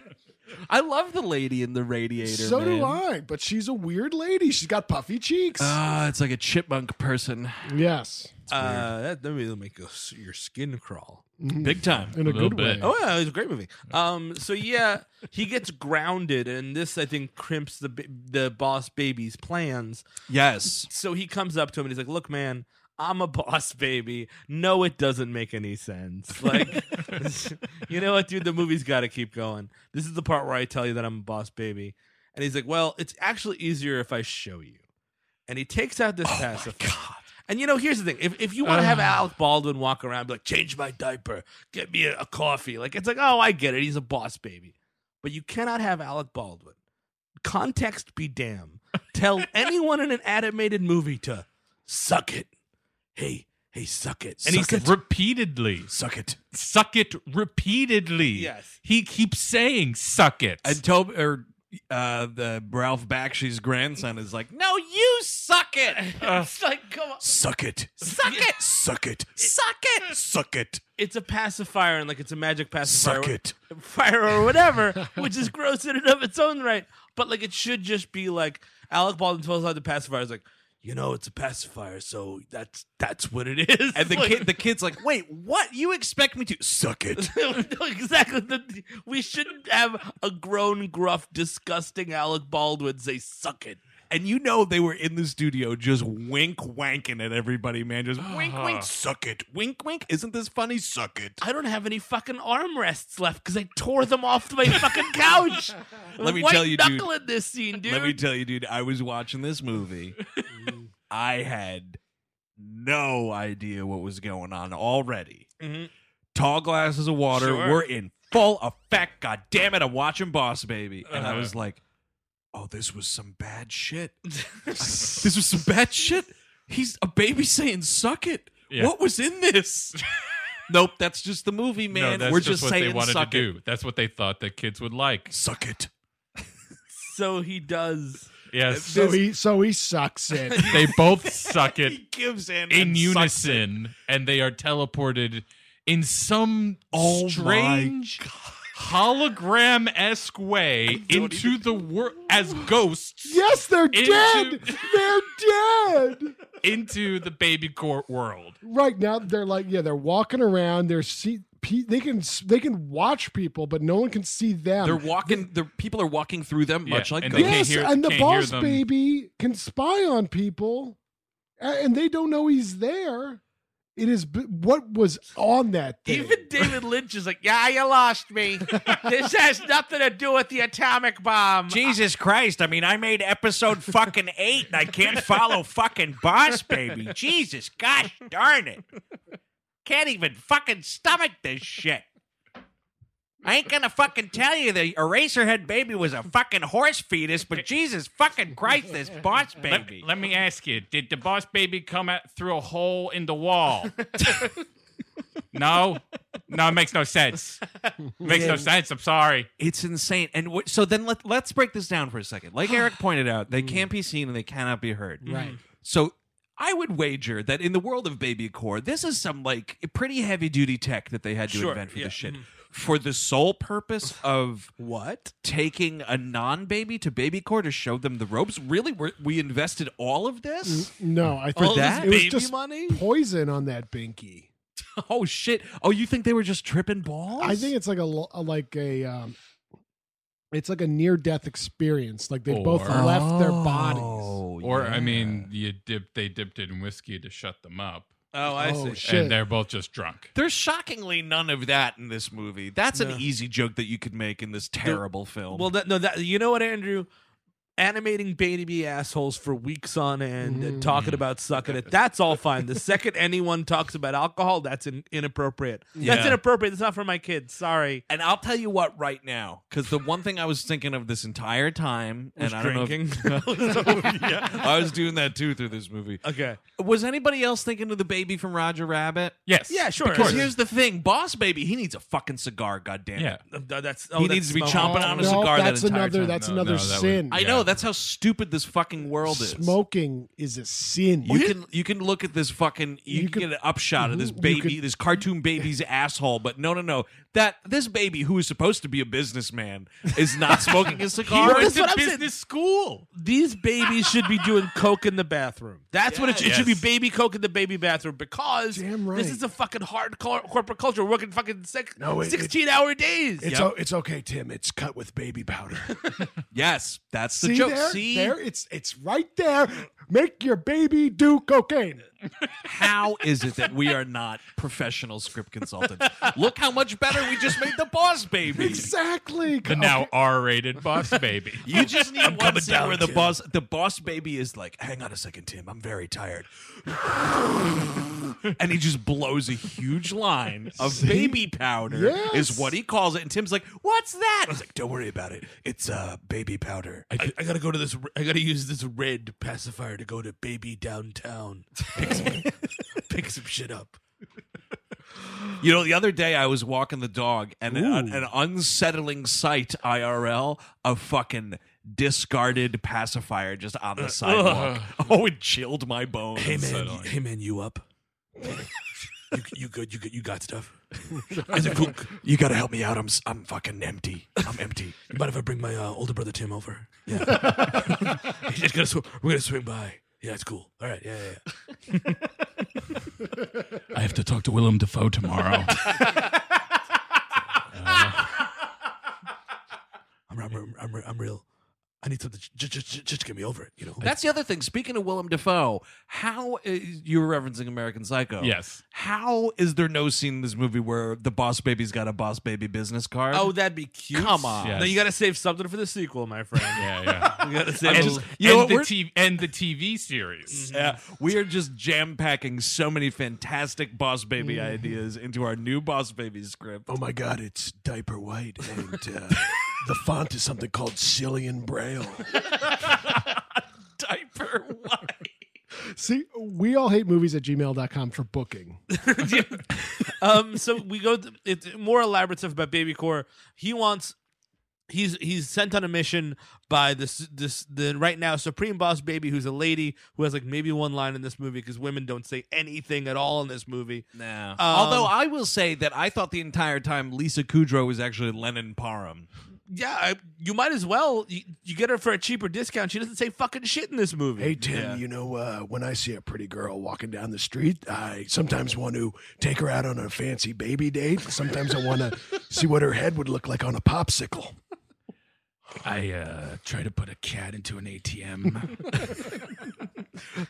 I love the lady in the radiator. so do man. I, but she's a weird lady. She's got puffy cheeks. Ah, it's like a chipmunk person, yes, Uh, that, that movie will make your s- your skin crawl. big time. in a, little good bit. way. Oh yeah, it was a great movie. Um, so yeah, he gets grounded, and this I think crimps the ba- the boss baby's plans. Yes, So he comes up to him and he's like, "Look, man, I'm a boss baby. No, it doesn't make any sense. Like, you know what, dude? The movie's got to keep going. This is the part where I tell you that I'm a boss baby." And he's like, "Well, it's actually easier if I show you." And he takes out Oh this pacifier. And you know, here's the thing: if if you want to have Alec Baldwin walk around, and be like, "Change my diaper, get me a, a coffee," like it's like, "Oh, I get it. He's a boss baby," but you cannot have Alec Baldwin. Context be damn. Tell anyone in an animated movie to suck it. Hey, hey, suck it. And he said repeatedly, suck it. "Suck it repeatedly." Yes. He keeps saying, "Suck it." And Tob or uh, the Ralph Bakshi's grandson is like, "No, you suck it, it's like, come on, suck it, suck it, suck it, suck it, suck it, it's a pacifier and like it's a magic pacifier. suck it." fire or whatever, which is gross in and of its own right. But like, it should just be like Alec Baldwin tells out the pacifier is like, you know, it's a pacifier, so that's that's what it is. And the Like, kid, the kid's like, "Wait, what? You expect me to suck it?" no, exactly. The- we shouldn't have a grown, gruff, disgusting Alec Baldwin say "suck it." And you know they were in the studio just wink wanking at everybody, man. Just wink wink, suck it, wink wink. Isn't this funny? Suck it. I don't have any fucking armrests left because I tore them off my fucking couch. Let me White tell you, dude. knuckle in this scene, dude. Let me tell you, dude. I was watching this movie. I had no idea what was going on already. Tall glasses of water. Sure. We're in full effect. God damn it! I'm watching Boss Baby, and I was like, "Oh, this was some bad shit. this was some bad shit." He's a baby saying "suck it." Yeah. What was in this? nope, that's just the movie, man. no, that's We're just, just, what saying they wanted "suck to it." do. That's what they thought that kids would like. Suck it. So he does. Yes, So he so he sucks it. they both suck it He gives in in and sucks it. unison, and they are teleported in some Oh my strange hologram esque way into the world as ghosts yes, they're Into- dead. They're dead. into the baby court world. Right now, they're like yeah, they're walking around. They're see pe- they can s- they can watch people, but no one can see them. They're walking. The people are walking through them, Yeah, much like and ghosts. they can't yes, hear- and the can't hear boss them. baby can spy on people, a- and they don't know he's there. It is b- what was on that thing. Even David Lynch is like, "Yeah, you lost me. this has nothing to do with the atomic bomb." Jesus Christ! I mean, I made episode fucking eight, and I can't follow fucking Boss Baby. Jesus, gosh darn it! Can't even fucking stomach this shit. I ain't gonna fucking tell you the Eraserhead baby was a fucking horse fetus, but Jesus fucking Christ, this Boss Let, Baby. let me ask you: Did the boss baby come out through a hole in the wall? no, no, it makes no sense. Makes no sense. I'm sorry. It's insane. And what so then let, let's break this down for a second. Like Eric pointed out, they can't be seen and they cannot be heard. Right. So I would wager that in the world of Baby Core, this is some like pretty heavy duty tech that they had to Sure, invent for yeah. this shit. For the sole purpose of What? taking a non baby to Baby Core to show them the ropes? Really? We're, we invested all of Hmm. this? No, I For think that? it was Baby just money? poison on that binky. Oh, shit. Oh, you think they were just tripping balls? I think it's like a, lo- a- like a um, it's like a near death experience. Like they both Or- left their bodies. Oh. Or I mean, you dip. They dipped it in whiskey to shut them up, oh, I Oh and shit! they're both just drunk. There's shockingly none of that in this movie. That's an easy joke that you could make in this terrible film. Well, that, no, that you know what, Andrew. Animating baby assholes for weeks on end and talking about sucking it. That's all fine. The second anyone talks about alcohol, that's in, inappropriate. That's Yeah. inappropriate. That's not for my kids. Sorry. and I'll tell you what right now, because the one thing I was thinking of this entire time, and I don't know, if, Yeah, I was doing that too through this movie. Uh, Okay. Was anybody else thinking of the baby from Roger Rabbit? Yes. Yeah, sure. Of course. Here's the thing, Boss Baby, he needs a fucking cigar. goddamn yeah. it! Uh, That's oh, he that's Oh, needs to be smoke. chomping on a no, cigar that's that entire another. time. That's No, another no, that would- sin. I Yeah. know that's how stupid this fucking world is. Smoking is a sin. You can you can look at this fucking you, You can, could- get an upshot of this Mhm, you baby, could- this cartoon baby's asshole, but no no no. That this baby who is supposed to be a businessman is not smoking a cigar. Well, that's It's a what I'm saying. business school. These babies should be doing coke in the bathroom. That's what it should, it should be. Yes. Baby coke in the baby bathroom because Damn right. this is a fucking hard cor- corporate culture. We're working fucking six, No, it- it- sixteen hour days. It's Yep. o- it's okay, Tim. It's cut with baby powder. Yes, that's the See joke. there? See there? It's it's right there. Make your baby do cocaine. how is it that we are not professional script consultants? Look how much better we just made the boss baby. Exactly. The now R-rated boss baby. You just need one scene where the boss the boss baby is like, hang on a second, Tim, I'm very tired. and he just blows a huge line of baby powder is Yes. what he calls it. And Tim's like, What's that? He's like, Don't worry about it. It's uh baby powder. I, I gotta go to this. I gotta use this red pacifier to go to baby downtown. Pick some, pick some shit up. You know, the other day I was walking the dog and an, an unsettling sight, IRL, of fucking discarded pacifier just on the sidewalk. Oh, it chilled my bones. Uh, hey man, you up? you, you good? You good? You got stuff? Is it cool? You gotta help me out. I'm s- I'm fucking empty. I'm empty. You mind if I bring my uh, older brother Tim over? Yeah. He's just gonna sw- we're gonna swing by. Yeah, it's cool. All right. Yeah, yeah. yeah. I have to talk to Willem Dafoe tomorrow. I'm, I'm, I'm, I'm, I'm real. I need something just, just, just to get me over it, you know? That's the other thing. Speaking of Willem Dafoe, how is, you were referencing American Psycho? yes. How is there no scene in this movie where the boss baby's got a boss baby business card? Oh, that'd be cute. Come on. Yes. Now you got to save something for the sequel, my friend. Yeah, yeah. you got to save. And, a- you know what, and, the we're- TV, and the TV series. Yeah, we are just jam packing so many fantastic Boss Baby ideas into our new Boss Baby script. Oh my God, it's diaper white, and uh, the font is something called Cillian Braille. Diaper wipe. See, we all hate movies at gmail.com for booking. um, so we go. Th- it's more elaborate stuff about Baby Core. He wants. He's he's sent on a mission by this this the right now supreme boss baby who's a lady who has like maybe one line in this movie because women don't say anything at all in this movie. Nah. Um, Although I will say that I thought the entire time Lisa Kudrow was actually Lennon Parham. Yeah, I, you might as well you, you get her for a cheaper discount. She doesn't say fucking shit in this movie. Hey Tim, you know uh, when I see a pretty girl walking down the street, I sometimes want to take her out on a fancy baby date. Sometimes I want to see what her head would look like on a popsicle. I uh, try to put a cat into an ATM.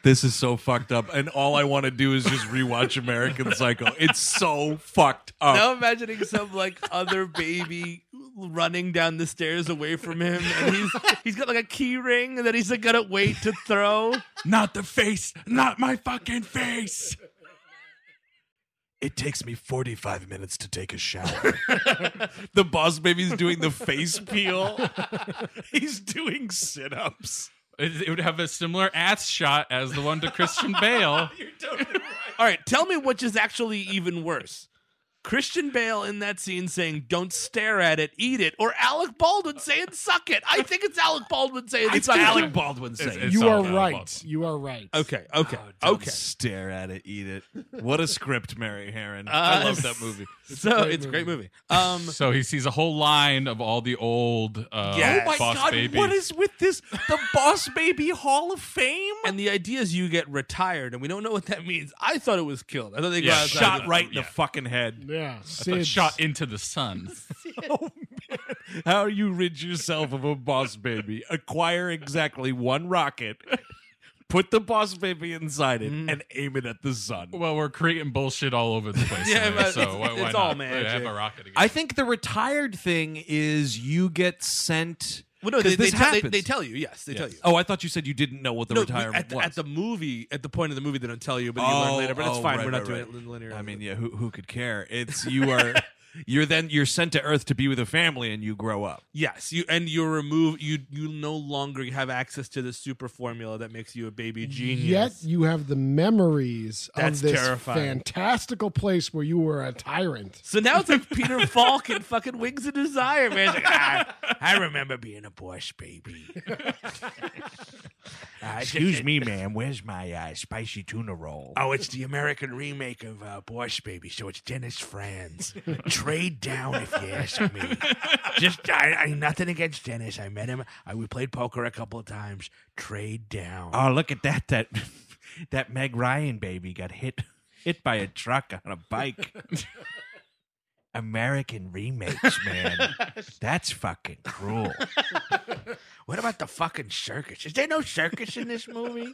This is so fucked up, and all I want to do is just rewatch American Psycho. It's so fucked up. Now imagining some like other baby running down the stairs away from him, and he's he's got like a key ring that he's like gotta wait to throw. not the face, not my fucking face. It takes me 45 minutes to take a shower. The Boss Baby's doing the face peel. He's doing sit-ups. It, it would have a similar ass shot as the one to Christian Bale. All right, tell me which is actually even worse. Christian Bale in that scene saying "Don't stare at it, eat it," or Alec Baldwin saying "Suck it." I think it's Alec Baldwin saying It's "Suck Alec it." Baldwin saying. It's you are all about right. love. You are right. Okay, okay, Don't okay. Stare at it, eat it. What a script, Mary Heron. Uh, I love that movie. so it's a great movie. Um, So he sees a whole line of all the old uh, Yes. Oh my boss god, babies. what is with this? The Boss Baby Hall of Fame? and the idea is you get retired, and we don't know what that means. I thought it was killed. I thought they Yeah, got outside Shot with- right in yeah. the fucking head. Yeah. But Sid. shot into the sun. How you rid yourself of a Boss Baby? Acquire exactly one rocket, put the Boss Baby inside it, and aim it at the sun. Well, we're creating bullshit all over the place. Yeah, today, but so why, it's- why it's all not? magic. Have a rocket again. I think the retired thing is you get sent. Well, no, 'cause they, this they, tell, they, happens. they tell you. Yes, they tell you. Oh, I thought you said you didn't know what the No, retirement at, the- was. at the movie, at the point of the movie, they don't tell you, but you learn later. But it's oh, fine. right, We're not right, doing right. it linear. I mean, yeah, who who could care? It's you are you're then you're sent to Earth to be with a family and you grow up. yes, you and you remove you. You no longer have access to the super formula that makes you a baby genius. Yet you have the memories That's of this terrifying. fantastical place where you were a tyrant. So now it's like Peter Falk in fucking Wings of Desire, man. It's like, ah, I remember being a Bosch baby. Excuse me, ma'am. Where's my uh, spicy tuna roll? Oh, it's the American remake of uh, Bosch Baby, so it's Dennis Franz. Trade down if you ask me. Just I, I nothing against Dennis. I met him. I we played poker a couple of times. Trade down. Oh, look at that that that Meg Ryan baby got hit hit by a truck on a bike. American remakes, man. That's fucking cruel. What about the fucking circus? Is there no circus in this movie?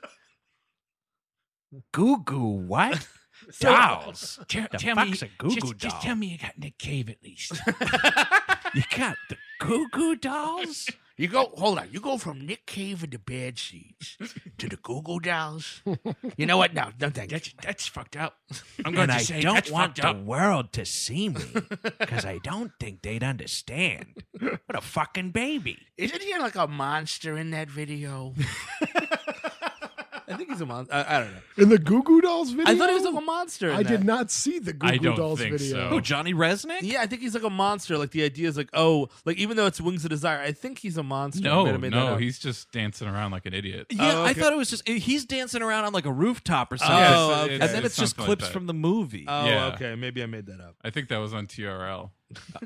Goo goo what? Dolls. tell me, just, just tell me you got Nick Cave at least. you got the goo goo dolls. You go. Oh, Hold on. You go from Nick Cave and the Bad Seeds to the Goo Goo Dolls. You know what? No, no thanks. That's, that's fucked up. I'm going to say I don't want the world to see me because I don't think they'd understand. What a fucking baby! Isn't he like a monster in that video? I think he's a monster. I, I don't know. In the Goo Goo Dolls video? I thought he was like a monster. in I did that. not see the Goo I Goo don't Dolls think video. so. Oh, Johnny Resnick? Yeah, I think he's like a monster. Like the idea is like, oh, like even though it's Wings of Desire, I think he's a monster. I no, might have made that no, up. he's just dancing around like an idiot. Yeah, Oh, I okay. thought it was just eh, he's dancing around on like a rooftop or something. Oh, okay. And then it's just something like clips that. from the movie. Oh, yeah. okay. Maybe I made that up. I think that was on TRL.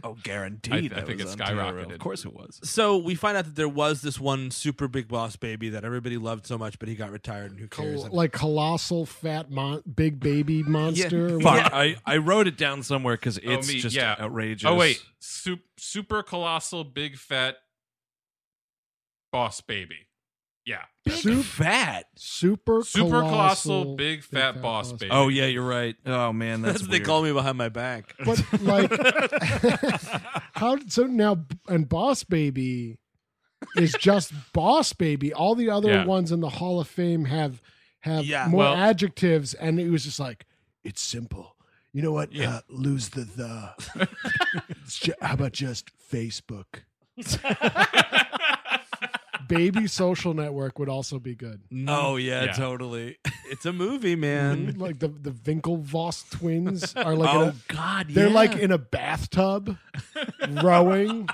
Oh, guaranteed. I that think was it on TRL. skyrocketed. Of course it was. So we find out that there was this one super big boss baby that everybody loved so much, but he got retired and who cares? Col- And- like colossal fat mon- big baby monster. or Fuck, whatever. I, I wrote it down somewhere because it's me- just yeah. outrageous. Oh wait, Sup- super colossal, big fat boss baby. Yeah, Big Sup- fat. super super colossal, colossal, big fat, boss baby. Oh yeah, you're right. Oh man, that's, That's Oh, what they weird. call me behind my back. But like, how? So now, and boss baby is just boss baby. All the other Yeah. ones in the Hall of Fame have have Yeah, more well- adjectives, and it was just like it's simple. You know what? Yeah. Uh, lose the the. It's ju- how about just Facebook? Baby social network would also be good. Oh yeah, Mm. Yeah. totally. It's a movie, man. Like the the Winklevoss twins are like in Oh a, god, They're yeah. like in a bathtub rowing.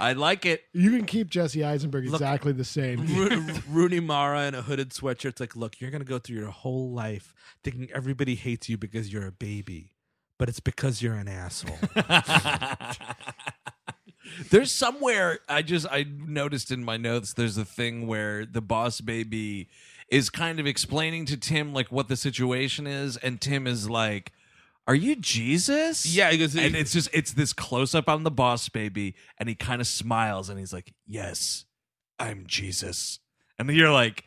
I like it. You can keep Jesse Eisenberg exactly the same. Ro- Rooney Mara in a hooded sweatshirt. It's like, look, you're gonna go through your whole life thinking everybody hates you because you're a baby, but it's because you're an asshole. There's somewhere I just I noticed in my notes there's a thing where the boss baby is kind of explaining to Tim like what the situation is, and Tim is like, "Are you Jesus?" yeah, because and it's just it's this close up on the boss baby, and he kind of smiles and he's like, "Yes, I'm Jesus," and you're like,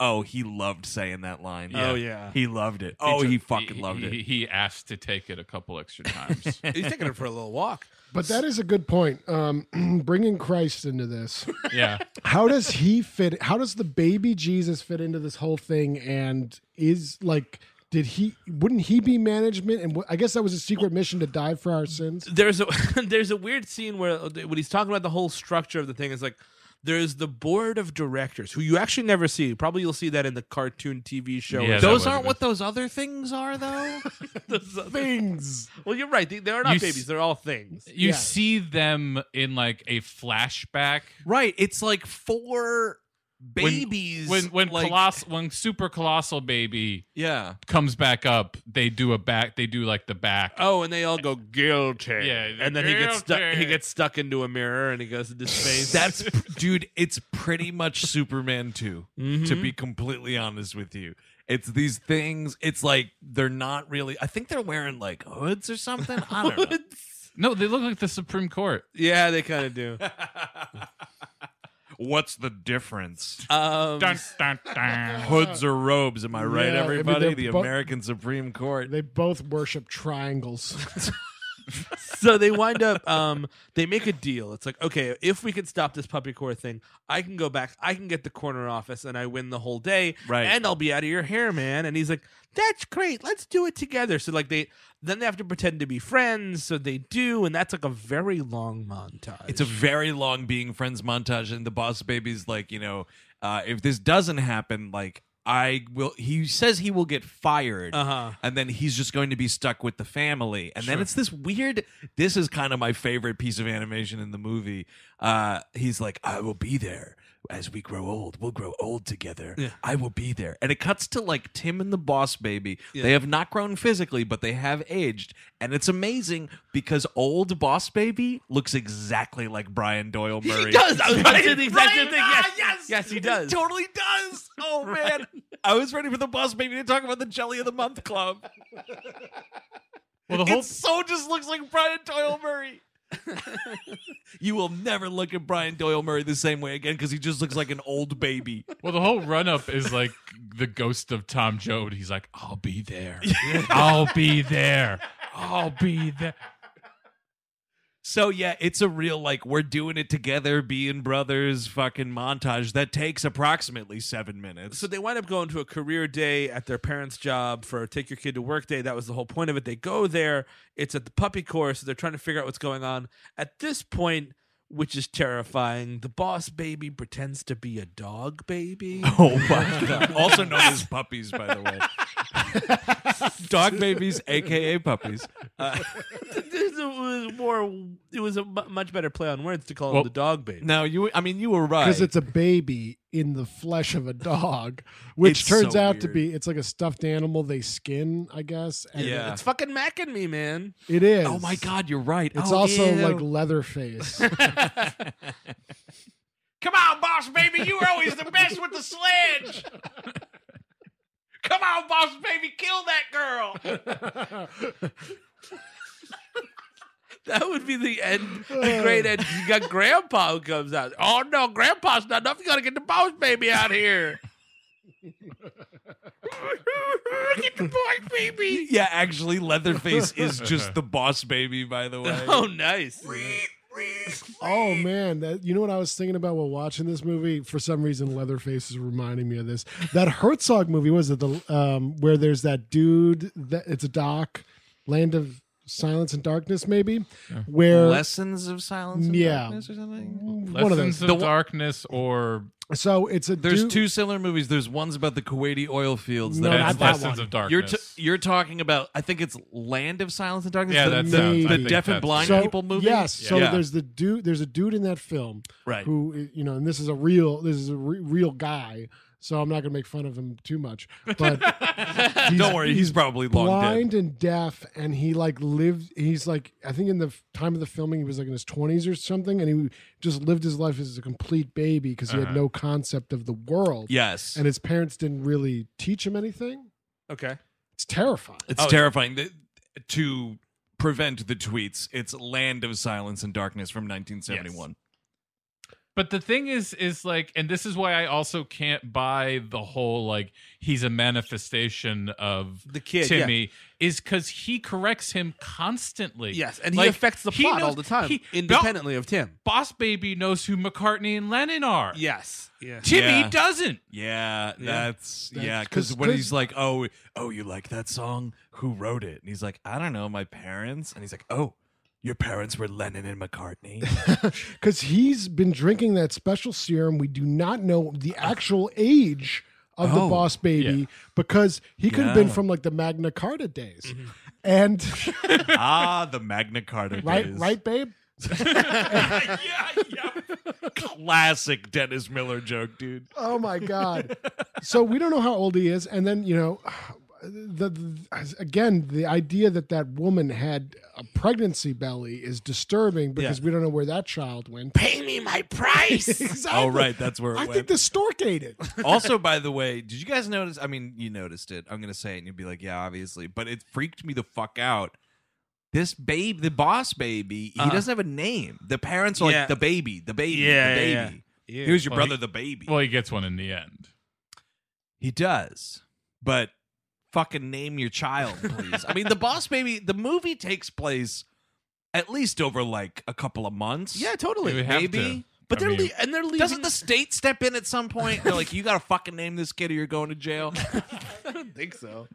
"Oh, he loved saying that line. oh yeah. he loved it. Oh, took- he fucking loved Uh, he- it." He asked to take it a couple extra times. He's taking it for a little walk. But that is a good point. Um, bringing Christ into this. yeah, How does he fit? How does the baby Jesus fit into this whole thing? And is like, did he? Wouldn't he be management? And wh- I guess that was a secret mission to die for our sins. there's a there's a weird scene where uh, when he's talking about the whole structure of the thing is like there's the board of directors who you actually never see. Probably you'll see that in the cartoon TV show. Yeah, Those that aren't was- what those other things are, though. Things. well, you're right. They, they are not You s- babies. they're all things. you Yeah. see them in like a flashback. Right. It's like four babies. when when like, colossal when super colossal baby Yeah. comes back up, they do a back. They do like the back. Oh, and they all go guilty. Yeah, and then he gets stuck. guilty. He gets stuck into a mirror and he goes into space. That's dude, it's pretty much Superman 2, to Mhm. be completely honest with you. It's these things, it's like they're not really I think they're wearing like hoods or something. I don't know. No, they look like the Supreme Court. yeah, they kind of do. What's the difference? Um, Dun, dun, dun. Hoods or robes, am I Yeah, right, I mean, everybody? they're the bu- American Supreme Court. They both worship triangles. so they wind up um they make a deal it's like okay if we can stop this puppy core thing i can go back i can get the corner office and i win the whole day Right. and i'll be out of your hair man and he's like that's great let's do it together so like they then they have to pretend to be friends so they do and that's like a very long montage It's a very long being friends montage, and the boss baby's like, you know, uh, if this doesn't happen, like I will. He says he will get fired, Uh-huh. and then he's just going to be stuck with the family. And then it's this weird. This is kind of my favorite piece of animation in the movie. Uh, he's like, I will be there. As we grow old, we'll grow old together. I will be there. And it cuts to like Tim and the boss baby. They have not grown physically, but they have aged. And it's amazing because old boss baby looks exactly like Brian Doyle Murray. he does i was about to say the exact same Right? thing Ah, yes yes, he does totally does. Oh man, I was ready for the boss baby to talk about the Jelly of the Month Club. Well, the It whole so just looks like Brian Doyle Murray. you will never look at Brian Doyle Murray the same way again because he just looks like an old baby. well, the whole run up is like the ghost of Tom Joad. He's like, "I'll be there. I'll be there. I'll be there." So yeah, it's a real like we're doing it together, being brothers, fucking montage that takes approximately seven minutes. So they wind up going to a career day at their parents' job for a take your kid to work day. That was the whole point of it. They go there. It's at the puppy course. They're trying to figure out what's going on. At this point, which is terrifying, the boss baby pretends to be a dog baby. Oh my god! also known as puppies, by the way. Dog babies, aka puppies. Uh, This was more. It was a mu- much better play on words to call Well, him the dog baby. No, you. I mean, you were right. because it's a baby in the flesh of a dog, which It's turns so out to weird. be it's like a stuffed animal they skin, I guess. And Yeah. It's fucking macking me, man. it is. oh my god, you're right. It's Oh, also ew. like Leatherface. Come on, boss baby, you were always the best with the sledge. Come on, boss baby, kill that girl. That would be the end. The great end. You got grandpa who comes out. Oh no, grandpa's not enough. You gotta get the boss baby out here. get the boss baby. Yeah, actually, Leatherface is just the boss baby. By the way, Oh, nice. oh man, that you know what I was thinking about while watching this movie? For some reason, Leatherface is reminding me of this. That Herzog movie was it the um, where there's that dude that it's a doc, Land of Silence and Darkness, maybe where lessons of silence. and Yeah. Mm. Darkness or something. one of Lessons those. of Darkness or So it's a There's dude- two similar movies. There's one's about the Kuwaiti oil fields. No, Oh, that not that's that Lessons one. of You're Darkness. t- you're talking about. I think it's Land of Silence and Darkness. yeah, the, that the, sounds. the I think deaf and that's- blind people movie. Yes. So Yeah. there's the dude. There's a dude in that film, Right. Who i- you know, and this is a real. This is a re- real guy. So I'm not going to make fun of him too much. But Don't worry, he's probably long blind dead. and deaf, and he like lived. He's like I think in the f- time of the filming, he was like in his 20s or something, and he just lived his life as a complete baby because he had no concept of the world. Uh-huh. Yes, And his parents didn't really teach him anything. Okay. It's terrifying. Oh, it's terrifying. The- to prevent the tweets, it's Land of Silence and Darkness from 1971. But the thing is, is like, and this is why I also can't buy the whole like he's a manifestation of The kid, yeah. Timmy is because he corrects him constantly. Yes, and he Like, affects the he plot knows- all the time, he- independently of Tim. Bo- Boss Baby knows who McCartney and Lennon are. Yes. Yeah. Timmy Yeah. doesn't. Yeah, that's, yeah. 'cause- Because when 'cause- he's like, "Oh, oh, you like that song? Who wrote it?" and he's like, "I don't know, my parents." And he's like, "Oh, your parents were Lennon and McCartney." because he's been drinking that special serum. We do not know the actual age of the Oh, boss baby because he could have been from like the Magna Carta days, Mm-hmm. and ah, the Magna Carta. right, days. right, babe. Classic Dennis Miller joke, dude. Oh my god! so we don't know how old he is, and then you know, the, the again the idea that that woman had a pregnancy belly is disturbing because we don't know where that child went. Pay me my price. exactly. Oh, right, that's where it I went. think the stork ate it. also, by the way, did you guys notice? I mean, you noticed it. I'm gonna say it, and you'll be like, "Yeah, obviously," but it freaked me the fuck out. This babe, the boss baby, he doesn't have a name. The parents are Uh-huh. Yeah. like the baby, the baby, Yeah, the yeah, yeah. baby. Here's your Well, brother, the baby. Well, he gets one in the end. He does, but fucking name your child, please. I mean, the boss baby. The movie takes place at least over like a couple of months. Yeah, totally. We have maybe. to. But I they're mean, lea- and they're leaving. Doesn't the state step in at some point? They're like, you gotta fucking name this kid, or you're going to jail. I don't think so.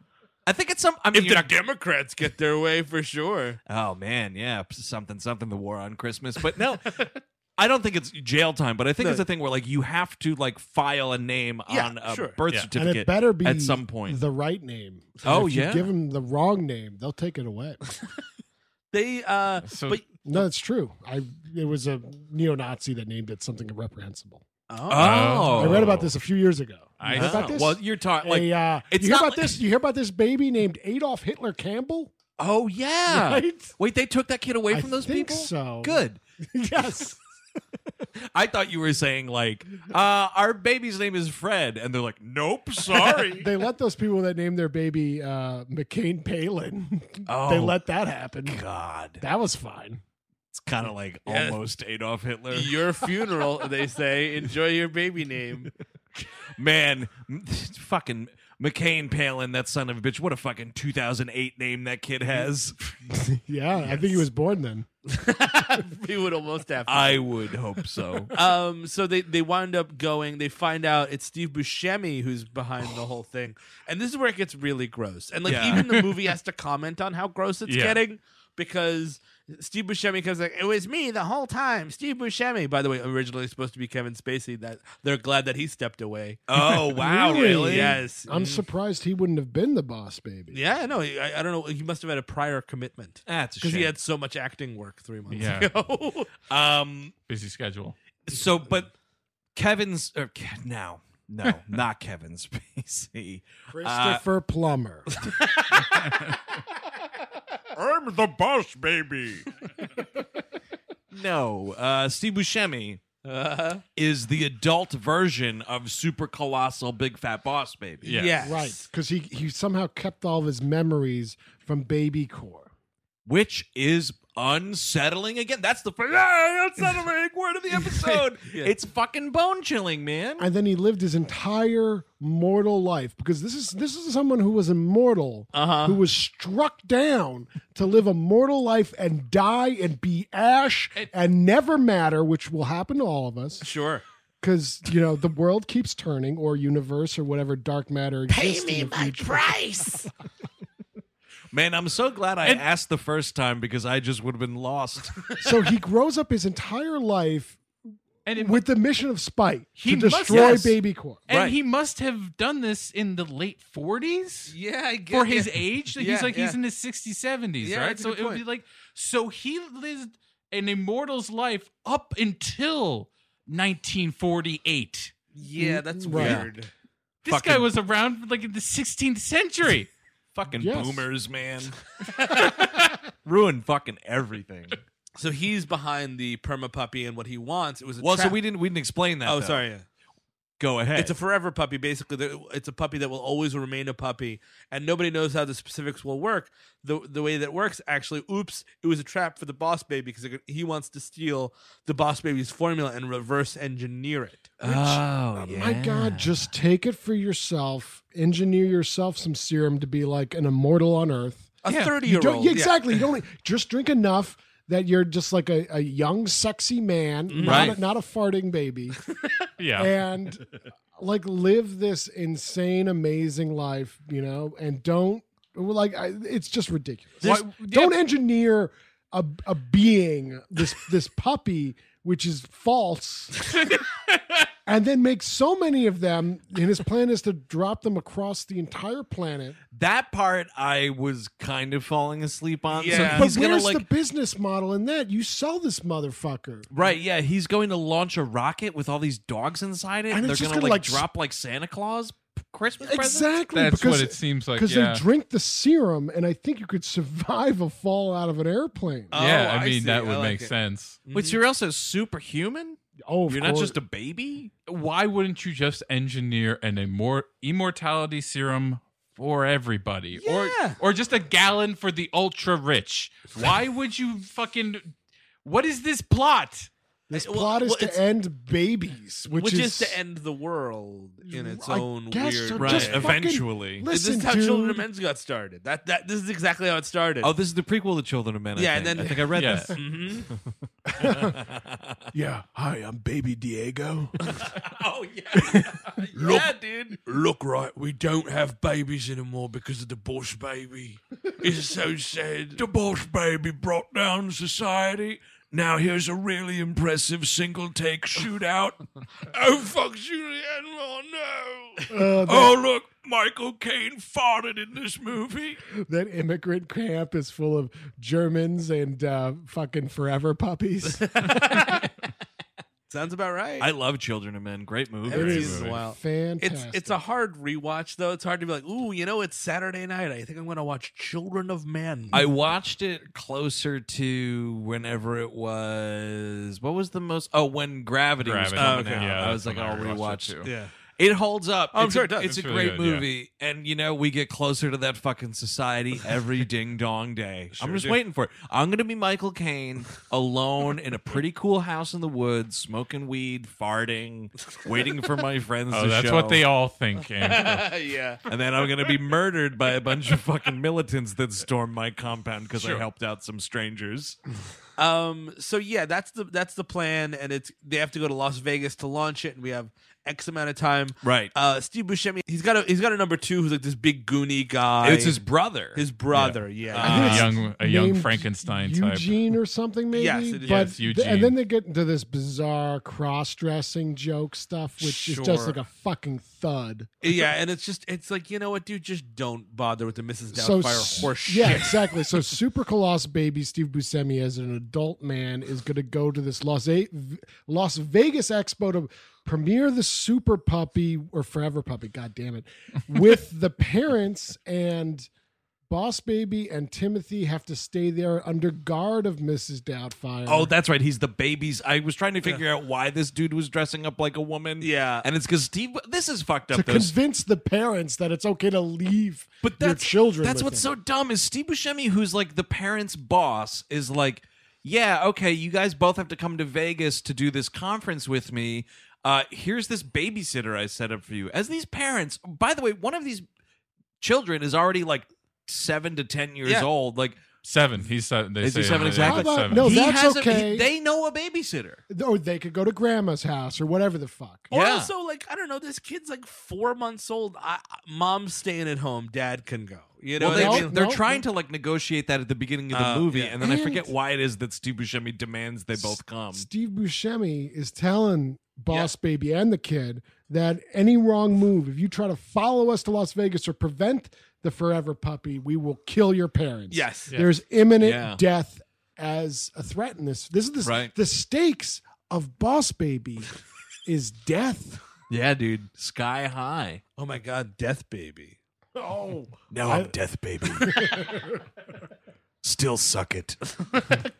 I think it's some. I mean, If you're the not, Democrats get their way, for sure. oh man, yeah, p- something, something. The war on Christmas, but no, I don't think it's jail time. But I think No. it's a thing where like you have to like file a name Yeah, on a sure. birth Yeah. And it And certificate it better be at some point. the right name. Oh, if you yeah. give them the wrong name, they'll take it away. They uh, So- but No, it's true. I it was a neo-Nazi that named it something reprehensible. oh, I read about this a few years ago. You I hear know. about this? Well, you're talking like A, uh, it's you hear not about like- this? You hear about this baby named Adolf Hitler Campbell? Oh yeah. Right? Wait, they took that kid away I from those think people. so. Good. yes. I thought you were saying like, uh, our baby's name is Fred, and they're like, nope, sorry. They let those people that named their baby uh, McCain Palin. they Oh. let that happen. God, That was fine. it's kind of like Yeah. almost Adolf Hitler. your funeral, they say, enjoy your baby name. Man, fucking McCain Palin, that son of a bitch. What a fucking 2008 name that kid has. Yeah, I think he was born then. we would almost have. To. I would hope so. um, so they they wind up going. They find out it's Steve Buscemi who's behind the whole thing, and this is where it gets really gross. And like Yeah. even the movie has to comment on how gross it's Yeah. getting because Steve Buscemi comes like, it was me the whole time. Steve Buscemi, by the way, originally supposed to be Kevin Spacey. That they're glad that he stepped away. Oh wow, Really? really? Yes. I'm Mm. surprised he wouldn't have been the boss baby. Yeah, no, he- I, I don't know. He must have had a prior commitment That's a because he shame. had so much acting work three months Yeah. ago. um Busy schedule. so but Kevin's or Ke- now. No, not Kevin Spacey. Uh, Christopher Plummer. I'm the boss, baby. no, uh, Steve Buscemi Uh, is the adult version of super colossal big fat boss baby. Yeah. yes. Right, because he, he somehow kept all of his memories from Baby Core. which is unsettling again. That's the first ah, unsettling word of the episode. It's fucking bone chilling, man. And then he lived his entire mortal life because this is this is someone who was immortal, uh-huh. who was struck down to live a mortal life and die and be ash and never matter, which will happen to all of us. Sure. because you know the world keeps turning or universe or whatever dark matter exists pay me in the future. Man, I'm so glad I asked the first time because I just would have been lost. so he grows up his entire life And it, with the mission of spite He to must- destroy yes. baby core and Right. he must have done this in the late 40s. Yeah, I guess. for his age. Like, he's Yeah, like yeah. he's in his 60s, 70s, Yeah, right? that's a So good it would be point. like so he lived an immortal's life up until 1948. Yeah, that's Mm, Right. weird. This guy was around like in the 16th century. fucking Yes. boomers, man. Ruined fucking everything. So he's behind the perma puppy and what he wants. It was a Well, so trap- we didn't we didn't explain that. Oh, though. sorry. yeah. Go ahead. It's a forever puppy, basically. There- It's a puppy that will always remain a puppy, and nobody knows how the specifics will work. the The way that works, actually, oops, it was a trap for the boss baby because it, could- he wants to steal the boss baby's formula and reverse engineer it. oh, yeah. my god just take it for yourself engineer yourself some serum to be like an immortal on earth A thirty you year don't old, yeah, exactly you don't just drink enough that you're just like a, a young sexy man not, Right. a, not a farting baby Yeah. and like live this insane amazing life you know and don't like I, it's just ridiculous This- Why- don't engineer a, a being this this puppy which is false and then make so many of them and his plan is to drop them across the entire planet That part I was kind of falling asleep on. Yeah. So but he's gonna where's like the business model in that you sell this motherfucker Right, yeah, he's going to launch a rocket with all these dogs inside it, And and they're it's just going to like, gonna, like, drop like Santa Claus p- Christmas presents. exactly That's because what it seems like. because Yeah. they drink the serum, and I think you could survive a fall out of an airplane. Oh, yeah, I I mean see. that I would like make it. sense. Which you're also superhuman. oh, of You're not course. just a baby. Why wouldn't you just engineer an immor- immortality serum for everybody? Yeah. Or or just a gallon for the ultra rich? Why would you fucking What is this plot? This Well, plot is well, it's- to end babies, which, which is to end the world in its I own guess weird. so, way. just fucking- eventually. This Listen, is how dude, Children of Men's got started. That that this is exactly how it started. Oh, this is the prequel to Children of Men. I Yeah, think. and then- I think I read Yeah. this. Mm-hmm. Mhm. yeah. Hi, I'm Baby Diego. Oh yeah, yeah, dude. Look, right, we don't have babies anymore because of the Bosch baby. It's so sad. The Bosch baby brought down society. Now here's a really impressive single take shootout. oh, fuck, Julianne Moore, no. Uh, that, Oh, look, Michael Caine farted in this movie. that immigrant camp is full of Germans and uh, fucking forever puppies. Sounds about right. I love Children of Men. Great movie. Every season's wild. It's Fantastic. it's a hard rewatch though. It's hard to be like, ooh, you know, it's Saturday night. I think I'm gonna watch Children of Men. I watched it closer to whenever it was. What was the most? Oh, when Gravity, Gravity. Oh, was coming Okay, out. yeah, I that's was like, when I I'll rewatched rewatch it, it. too. yeah. It holds up. Oh, I'm it's sure a, it does. It's, It's a really great good, yeah. movie, and you know we get closer to that fucking society every ding dong day. I'm just waiting for it. I'm gonna be Michael Caine alone in a pretty cool house in the woods, smoking weed, farting, waiting for my friends. Oh, to that's show. what they all think. Andrew. yeah. And then I'm gonna be murdered by a bunch of fucking militants that stormed my compound because I Sure. helped out some strangers. Um. So yeah, that's the that's the plan, and it's they have to go to Las Vegas to launch it, and we have X amount of time. Right. Uh, Steve Buscemi, he's got a he's got a number two who's like this big goony guy. it's his brother. his brother. Yeah. think a it's young, a young named Frankenstein type. Eugene or something, maybe. Yes, it is. But Yes, th- Eugene. and then they get into this bizarre cross-dressing joke stuff, which is Sure. just like a fucking thud. yeah, and it's just it's like you know what, dude, just don't bother with the Mrs. so Doubtfire s- horse shit. yeah, exactly. So super coloss baby Steve Buscemi as an adult man is going to go to this Las A- V- Las Vegas Expo to premiere the Super Puppy or Forever Puppy. God damn it, with the parents and. Boss Baby and Timothy have to stay there under guard of Mrs. Doubtfire. Oh, that's right. He's the baby's. I was trying to figure out why this dude was dressing up like a woman. Yeah. and it's because Steve. This is fucked to up. though. convince the parents that it's okay to leave but your that's children. That's with what's them. so dumb is Steve Buscemi, who's like the parents' boss, is like, yeah, okay, you guys both have to come to Vegas to do this conference with me. Uh, here's this babysitter I set up for you. As these parents, by the way, one of these children is already like seven to ten years Yeah. old. Like Seven. He's seven. They Is he say seven that- yeah, exactly? it's seven. No, he that's has a- he- okay. they know a babysitter. Or they could go to grandma's house or whatever the fuck. Or Yeah. also, like I don't know, this kid's like four months old. I, I- mom's staying at home. Dad can go. You know, Well, what they, I no, mean? they- they're no, trying to like negotiate that at the beginning of the Uh, movie, yeah. and then I And- forget why it is that Steve Buscemi demands they both come. Steve Buscemi is telling Boss Baby and the kid that any wrong move, if you try to follow us to Las Vegas or prevent the forever puppy, we will kill your parents. Yes. Yeah. There's imminent Yeah. death as a threat in this. This is this, Right. the stakes of Boss Baby is death. Yeah, dude, sky high. Oh my God, Death Baby. Oh. Now I'm Death Baby. Still suck it.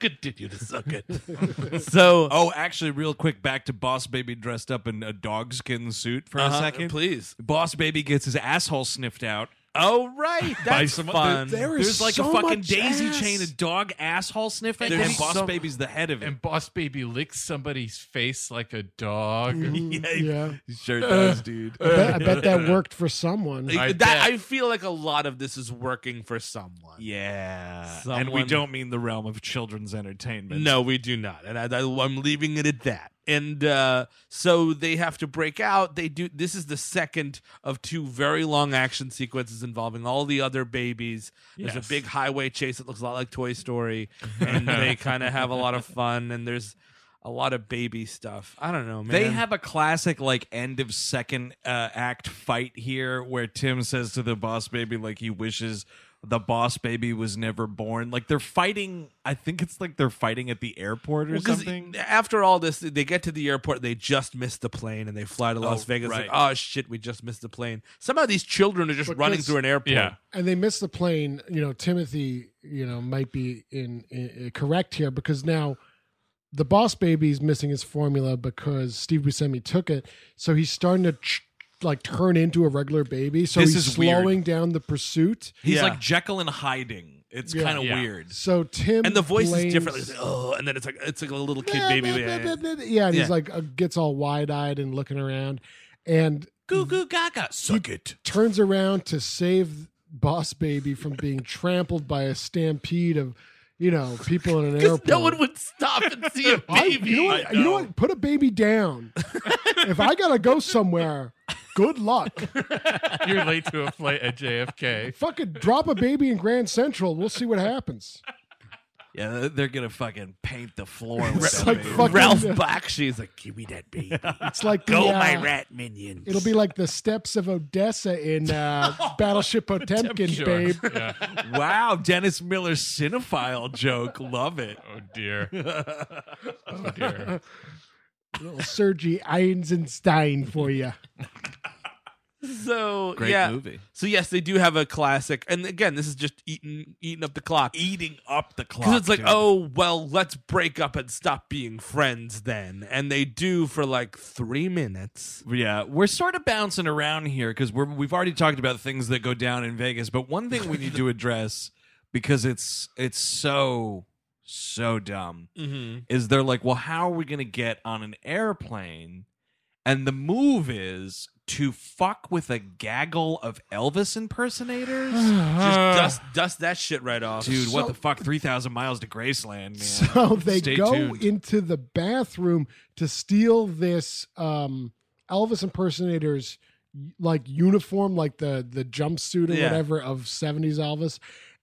Continue to suck it. So Oh, actually, real quick, back to Boss Baby dressed up in a dogskin suit for a Uh-huh, second. please. Boss Baby gets his asshole sniffed out. Oh right, that's someone- fun. There is There's like so a fucking much daisy ass. chain of dog asshole sniffing, There's and Boss some- Baby's the head of it. And Boss Baby licks somebody's face like a dog. yeah, he- Yeah. he sure does, dude. I bet, I bet that worked for someone. I, I that, bet. I feel like a lot of this is working for someone. yeah, and we Someone- don't mean the realm of children's entertainment. No, we do not, and I, I, I'm leaving it at that. And uh, so they have to break out. They do. This is the second of two very long action sequences involving all the other babies. There's Yes. a big highway chase that looks a lot like Toy Story, and they kind of have a lot of fun. And there's a lot of baby stuff. I don't know, man. They have a classic like end of second uh, act fight here where Tim says to the boss baby like he wishes the boss baby was never born. Like they're fighting I think it's like they're fighting at the airport or Well, 'cause something. After all this, they get to the airport. They just missed the plane, and they fly to Las Oh, Vegas. right. Like, oh shit, we just missed the plane. Somehow these children are just running Because- through an airport. Yeah. and they missed the plane. You know, Timothy, you know, might be in, in uh, correct here because now the boss baby is missing his formula because Steve Buscemi took it, so he's starting to ch- like turn into a regular baby. So This he's is weird. slowing down the pursuit. He's Yeah. like Jekyll and hiding. It's Yeah. kind of Yeah. weird. So Tim and the voice blames- is different. It's like, oh, and then it's like it's like a little kid Blah, baby. blah, Yeah, blah, yeah. blah, blah. Yeah, and Yeah. he's like uh, gets all wide eyed and looking around, and Goo goo gaga. Suck it. turns around to save Boss Baby from being trampled by a stampede of, you know, people in an airport. No one would stop and see a I- baby. you know what? You know what? Put a baby down. if I gotta go somewhere, good luck. You're late to a flight at JFK. Fucking drop a baby in Grand Central. We'll see what happens. Yeah, they're- they're gonna fucking paint the floor. with that like baby. fucking- Ralph Bakshi's like, give me that baby. It's like the, Go, uh, my rat minions. It'll be like the steps of Odessa in uh, Battleship Potemkin, Sure. babe. Yeah. wow, Dennis Miller cinephile joke. Love it. Oh dear. Oh dear. Little Sergei Eisenstein for you. So Great yeah. movie. So yes, they do have a classic, and again, this is just eating eating up the clock. Eating up the clock. Because it's like, dude. oh well, let's break up and stop being friends then, and they do for like three minutes. Yeah, we're sort of bouncing around here because we're we've already talked about things that go down in Vegas, but one thing we need to address because it's it's so so dumb Mm-hmm. is they're like, well, how are we going to get on an airplane? And the move is to fuck with a gaggle of Elvis impersonators. Just dust dust that shit right off, Uh, Dude, what Uh-huh. So- the fuck? Three thousand miles to Graceland, man. So they Stay go tuned. into the bathroom to steal this um, Elvis impersonators like uniform, like the the jumpsuit or Yeah. whatever of '70s Elvis,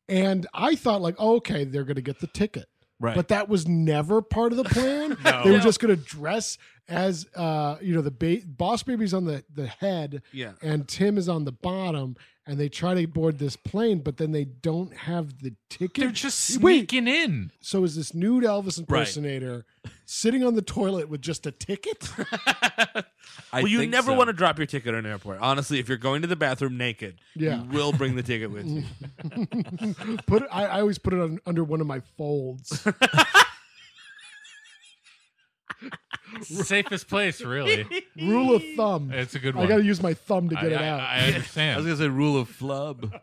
and I thought like, oh, okay, they're gonna get the ticket. Right. But that was never part of the plan. They were just going to dress as, uh, you know, the ba- boss baby's on the, the head Yeah. and Tim is on the bottom, and they try to board this plane, but then they don't have the ticket. They're just Wait, sneaking in. so is this nude Elvis impersonator sitting on the toilet with just a ticket? I Well, well, you you never so. want to drop your ticket in an airport. Honestly, if you're going to the bathroom naked, Yeah. you will bring the ticket with you. put it, I, I always put it on, under one of my folds. Safest place, really. Rule of thumb. It's a good one. I got to use my thumb to I- get it I- out. I understand. I was gonna say rule of flub.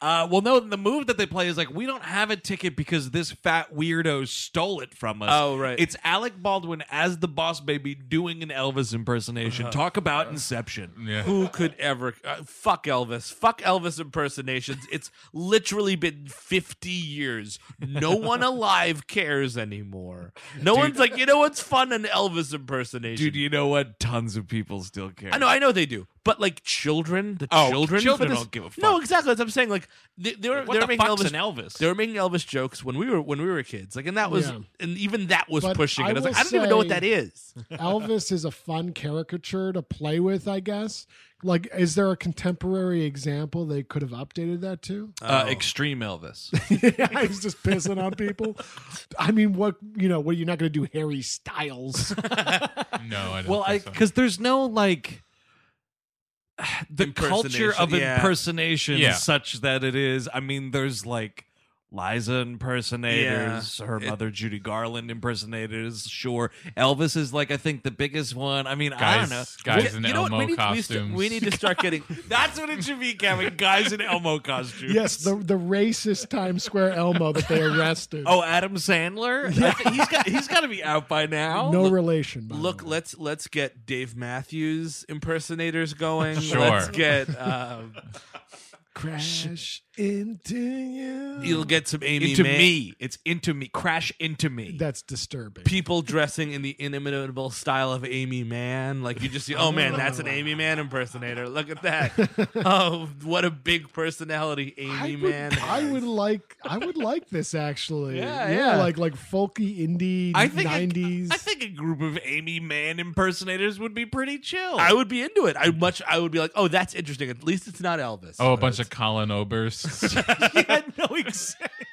Uh, well, no, the move that they play is like we don't have a ticket because this fat weirdo stole it from us. Oh, right. It's Alec Baldwin as the boss baby doing an Elvis impersonation. Talk about Inception. yeah. Who could ever uh, fuck Elvis? Fuck Elvis impersonations. It's literally been 50 years. No one alive cares anymore. No one's like, you know what's fun? An Elvis impersonation. Dude, you know what? Tons of people still care. I know, I know they do, but like children, the Oh, children, for children this- don't give a fuck. No, exactly. That's what I'm saying. Like they, they were, What they were the making fuck's Elvis, an Elvis? They were making Elvis jokes when we were when we were kids. Like, and that was, Yeah. and even that was But pushing it. I I was like, will I don't even know what say- that is. Elvis is a fun caricature to play with, I guess. Like, is there a contemporary example they could have updated that to? Uh, Extreme Elvis. I was just pissing on people. I mean, what you know? What you're not going to do, Harry Styles? No, I don't well, I think so. because there's no like the culture of Impersonation, yeah. impersonation Yeah. such that it is. I mean, there's like Liza impersonators, her mother Judy Garland impersonators. Sure, Elvis is like I think the biggest one. I mean, I don't know. guys, guys in you know what? Elmo We need, we, st- costumes. we need to start getting. That's what it should be, Kevin. Guys in Elmo costumes. yes, the the racist Times Square Elmo that they arrested. Oh, Adam Sandler. I think he's got he's got to be out by now. no relation. by the Look, way. let's let's get Dave Matthews impersonators going. Sure. Let's get um, crash into you. you'll get some Amy into May- me. It's into me. Crash into me. That's disturbing. people dressing in the inimitable style of Amy Mann. Like you just see, oh man, that's an Amy Mann impersonator. Look at that. Oh, what a big personality I Amy would, Mann. I has. would like I would like this actually. Yeah, yeah. like like folky indie I think nineties. A, I think a group of Amy Mann impersonators would be pretty chill. I would be into it. I much. I would be like, oh, that's interesting. At least it's not Elvis. oh, a bunch of Colin Obersts. yeah, no, exactly.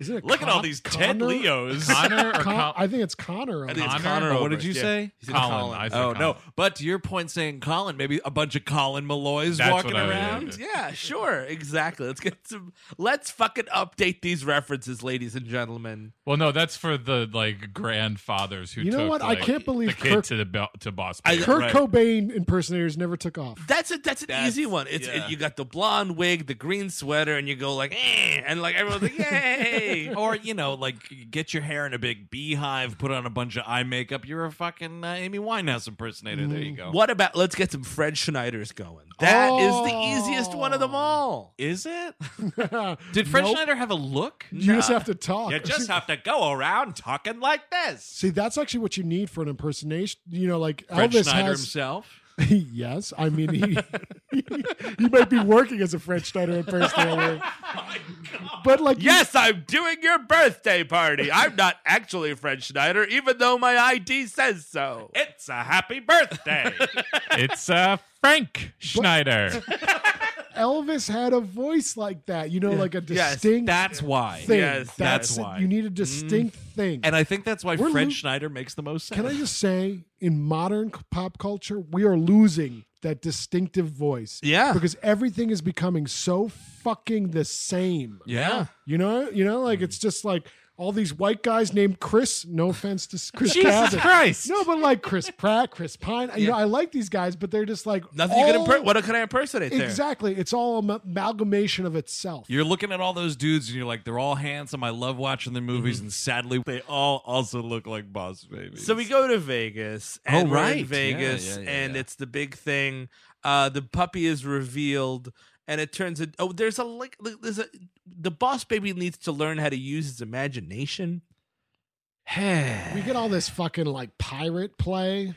Is it a Look at all Con- these Ted Connor? Leos. Connor or Con- Col- I think it's Connor. I on think it's it. Connor? Connor. Oh, what did Oberst, you yeah. say? He said Colin. Colin. I said Oh no! Colin. But to your point, saying Colin, maybe a bunch of Colin Malloys That's walking what I- around. Yeah, sure, exactly. Let's get some. Let's fucking update these references, ladies and gentlemen. Well, no, that's for the like grandfathers who. You know took, what? I like, can't believe the kid Kirk- to the bel- to boss. I- Baby. Kurt Right. Cobain impersonators never took off. That's a that's an easy one. It's yeah. you got the blonde wig, the green sweater, and you go like, eh, and like everyone's like, yay. Or you know, like get your hair in a big beehive, put on a bunch of eye makeup. You're a fucking uh, Amy Winehouse impersonator. There you go. What about let's get some Fred Schneiders going? That is Oh. the easiest one of them all. is it? you Did Fred Schneider have a look? just have to talk. You just have to go around talking like this. See, that's actually what you need for an impersonation. You know, like Fred Elvis Schneider has. himself. yes, I mean he, he might be working as a Fred Schneider Oh impersonator, but like you- Yes, I'm doing your birthday party. I'm not actually Fred Schneider, even though my ID says so. It's a happy birthday. it's uh, Frank Schneider. Elvis had a voice like that. You know, like a Yes, distinct that's why. thing. yes, that's it. why. Mm. you need a distinct thing. And I think that's why We're Fred lo- Schneider makes the most sense. Can I just say, in modern c- pop culture, we are losing that distinctive voice. Yeah. because everything is becoming so fucking the same. yeah. You know, you know, like it's just like all these white guys named Chris. No offense to s- Chris Jesus Cabot. Christ! No, but like Chris Pratt, Chris Pine. You know, I like these guys, but they're just like Nothing you can all- imper- what can I impersonate there? Exactly, it's all am- amalgamation of itself. You're looking at all those dudes and you're like, they're all handsome. I love watching the movies. And sadly, they all also look like Boss Babies. So we go to Vegas. And Oh, we're in right. Yeah, Vegas, yeah, yeah, and yeah. it's the big thing. Uh, the puppy is revealed, and it turns. It, oh, there's a like. There's a. The boss baby needs to learn how to use his imagination. we get all this fucking like pirate play.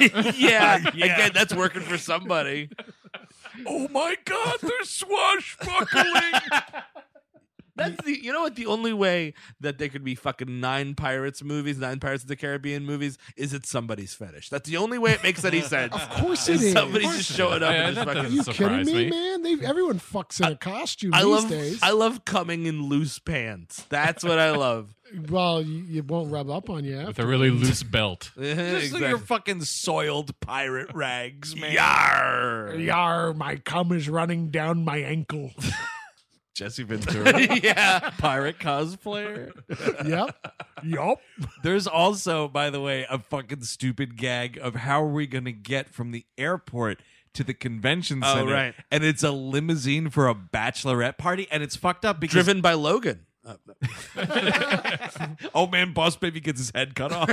yeah, again, that's working for somebody. Oh my God, they're swashbuckling. That's the you know what the only way that there could be fucking nine pirates movies, nine Pirates of the Caribbean movies, is it's somebody's fetish. That's the only way it makes any sense. Of course it is. Somebody's just showing up Yeah, and just that Are fucking you doesn't kidding surprise me, me. man? They everyone fucks in a costume I these love days. I love coming in loose pants. That's what I love. well, you, it won't rub up on you. with a really loose belt. Just Exactly. like your fucking soiled pirate rags, man. Yarr. Yar, my cum is running down my ankle. Jesse Ventura, yeah. pirate cosplayer. yep. Yup. There's also, by the way, a fucking stupid gag of how are we going to get from the airport to the convention Oh, center? right. And it's a limousine for a bachelorette party, and it's fucked up because Driven by Logan. Uh, oh man, Boss Baby gets his head cut off.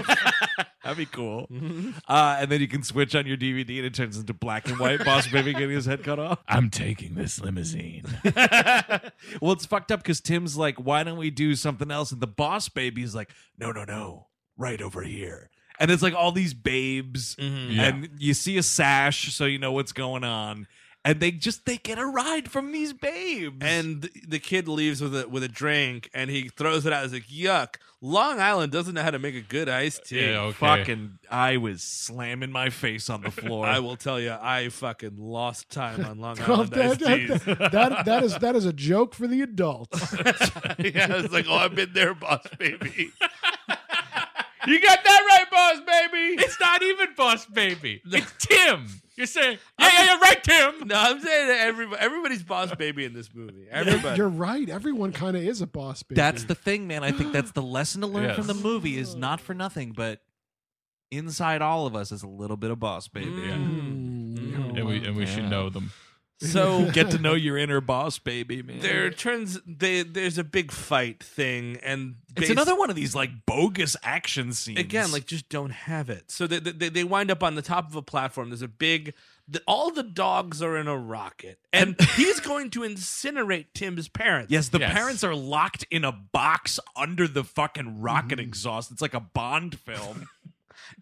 That'd be cool. Mm-hmm. Uh, and then you can switch on your DVD, and it turns into black and white. Boss Baby getting his head cut off. I'm taking this limousine. well, it's fucked up because Tim's like, why don't we do something else? And the boss baby is like, no, no, no, right over here. And it's like all these babes, Mm-hmm. and you see a sash, so you know what's going on. And they just they get a ride from these babes. and th- the kid leaves with a with a drink and he throws it out. He's like, yuck. Long Island doesn't know how to make a good iced tea. Yeah, okay. fucking, I was slamming my face on the floor. I will tell you, I fucking lost time on Long Oh, Well, Island that, iced that, teas. that, that- that is that is a joke for the adults. yeah, it's like, oh, I've been there, boss baby. you got that right, boss baby. it's not even Boss Baby. It's Tim. You're saying, yeah, yeah, yeah, right, Tim. No, I'm saying that everybody, everybody's boss baby in this movie. Everybody. You're right. Everyone kind of is a boss baby. That's the thing, man. I think that's the lesson to learn Yes. from the movie is not for nothing, but inside all of us is a little bit of boss baby. Mm, And we and we should know them. so Get to know your inner boss baby, man. there turns they, there's a big fight thing, and it's bas- another one of these like bogus action scenes. again like just don't have it so they, they, they wind up on the top of a platform there's a big the, all the dogs are in a rocket and he's going to incinerate tim's parents yes, the Yes. parents are locked in a box under the fucking rocket exhaust. It's like a Bond film.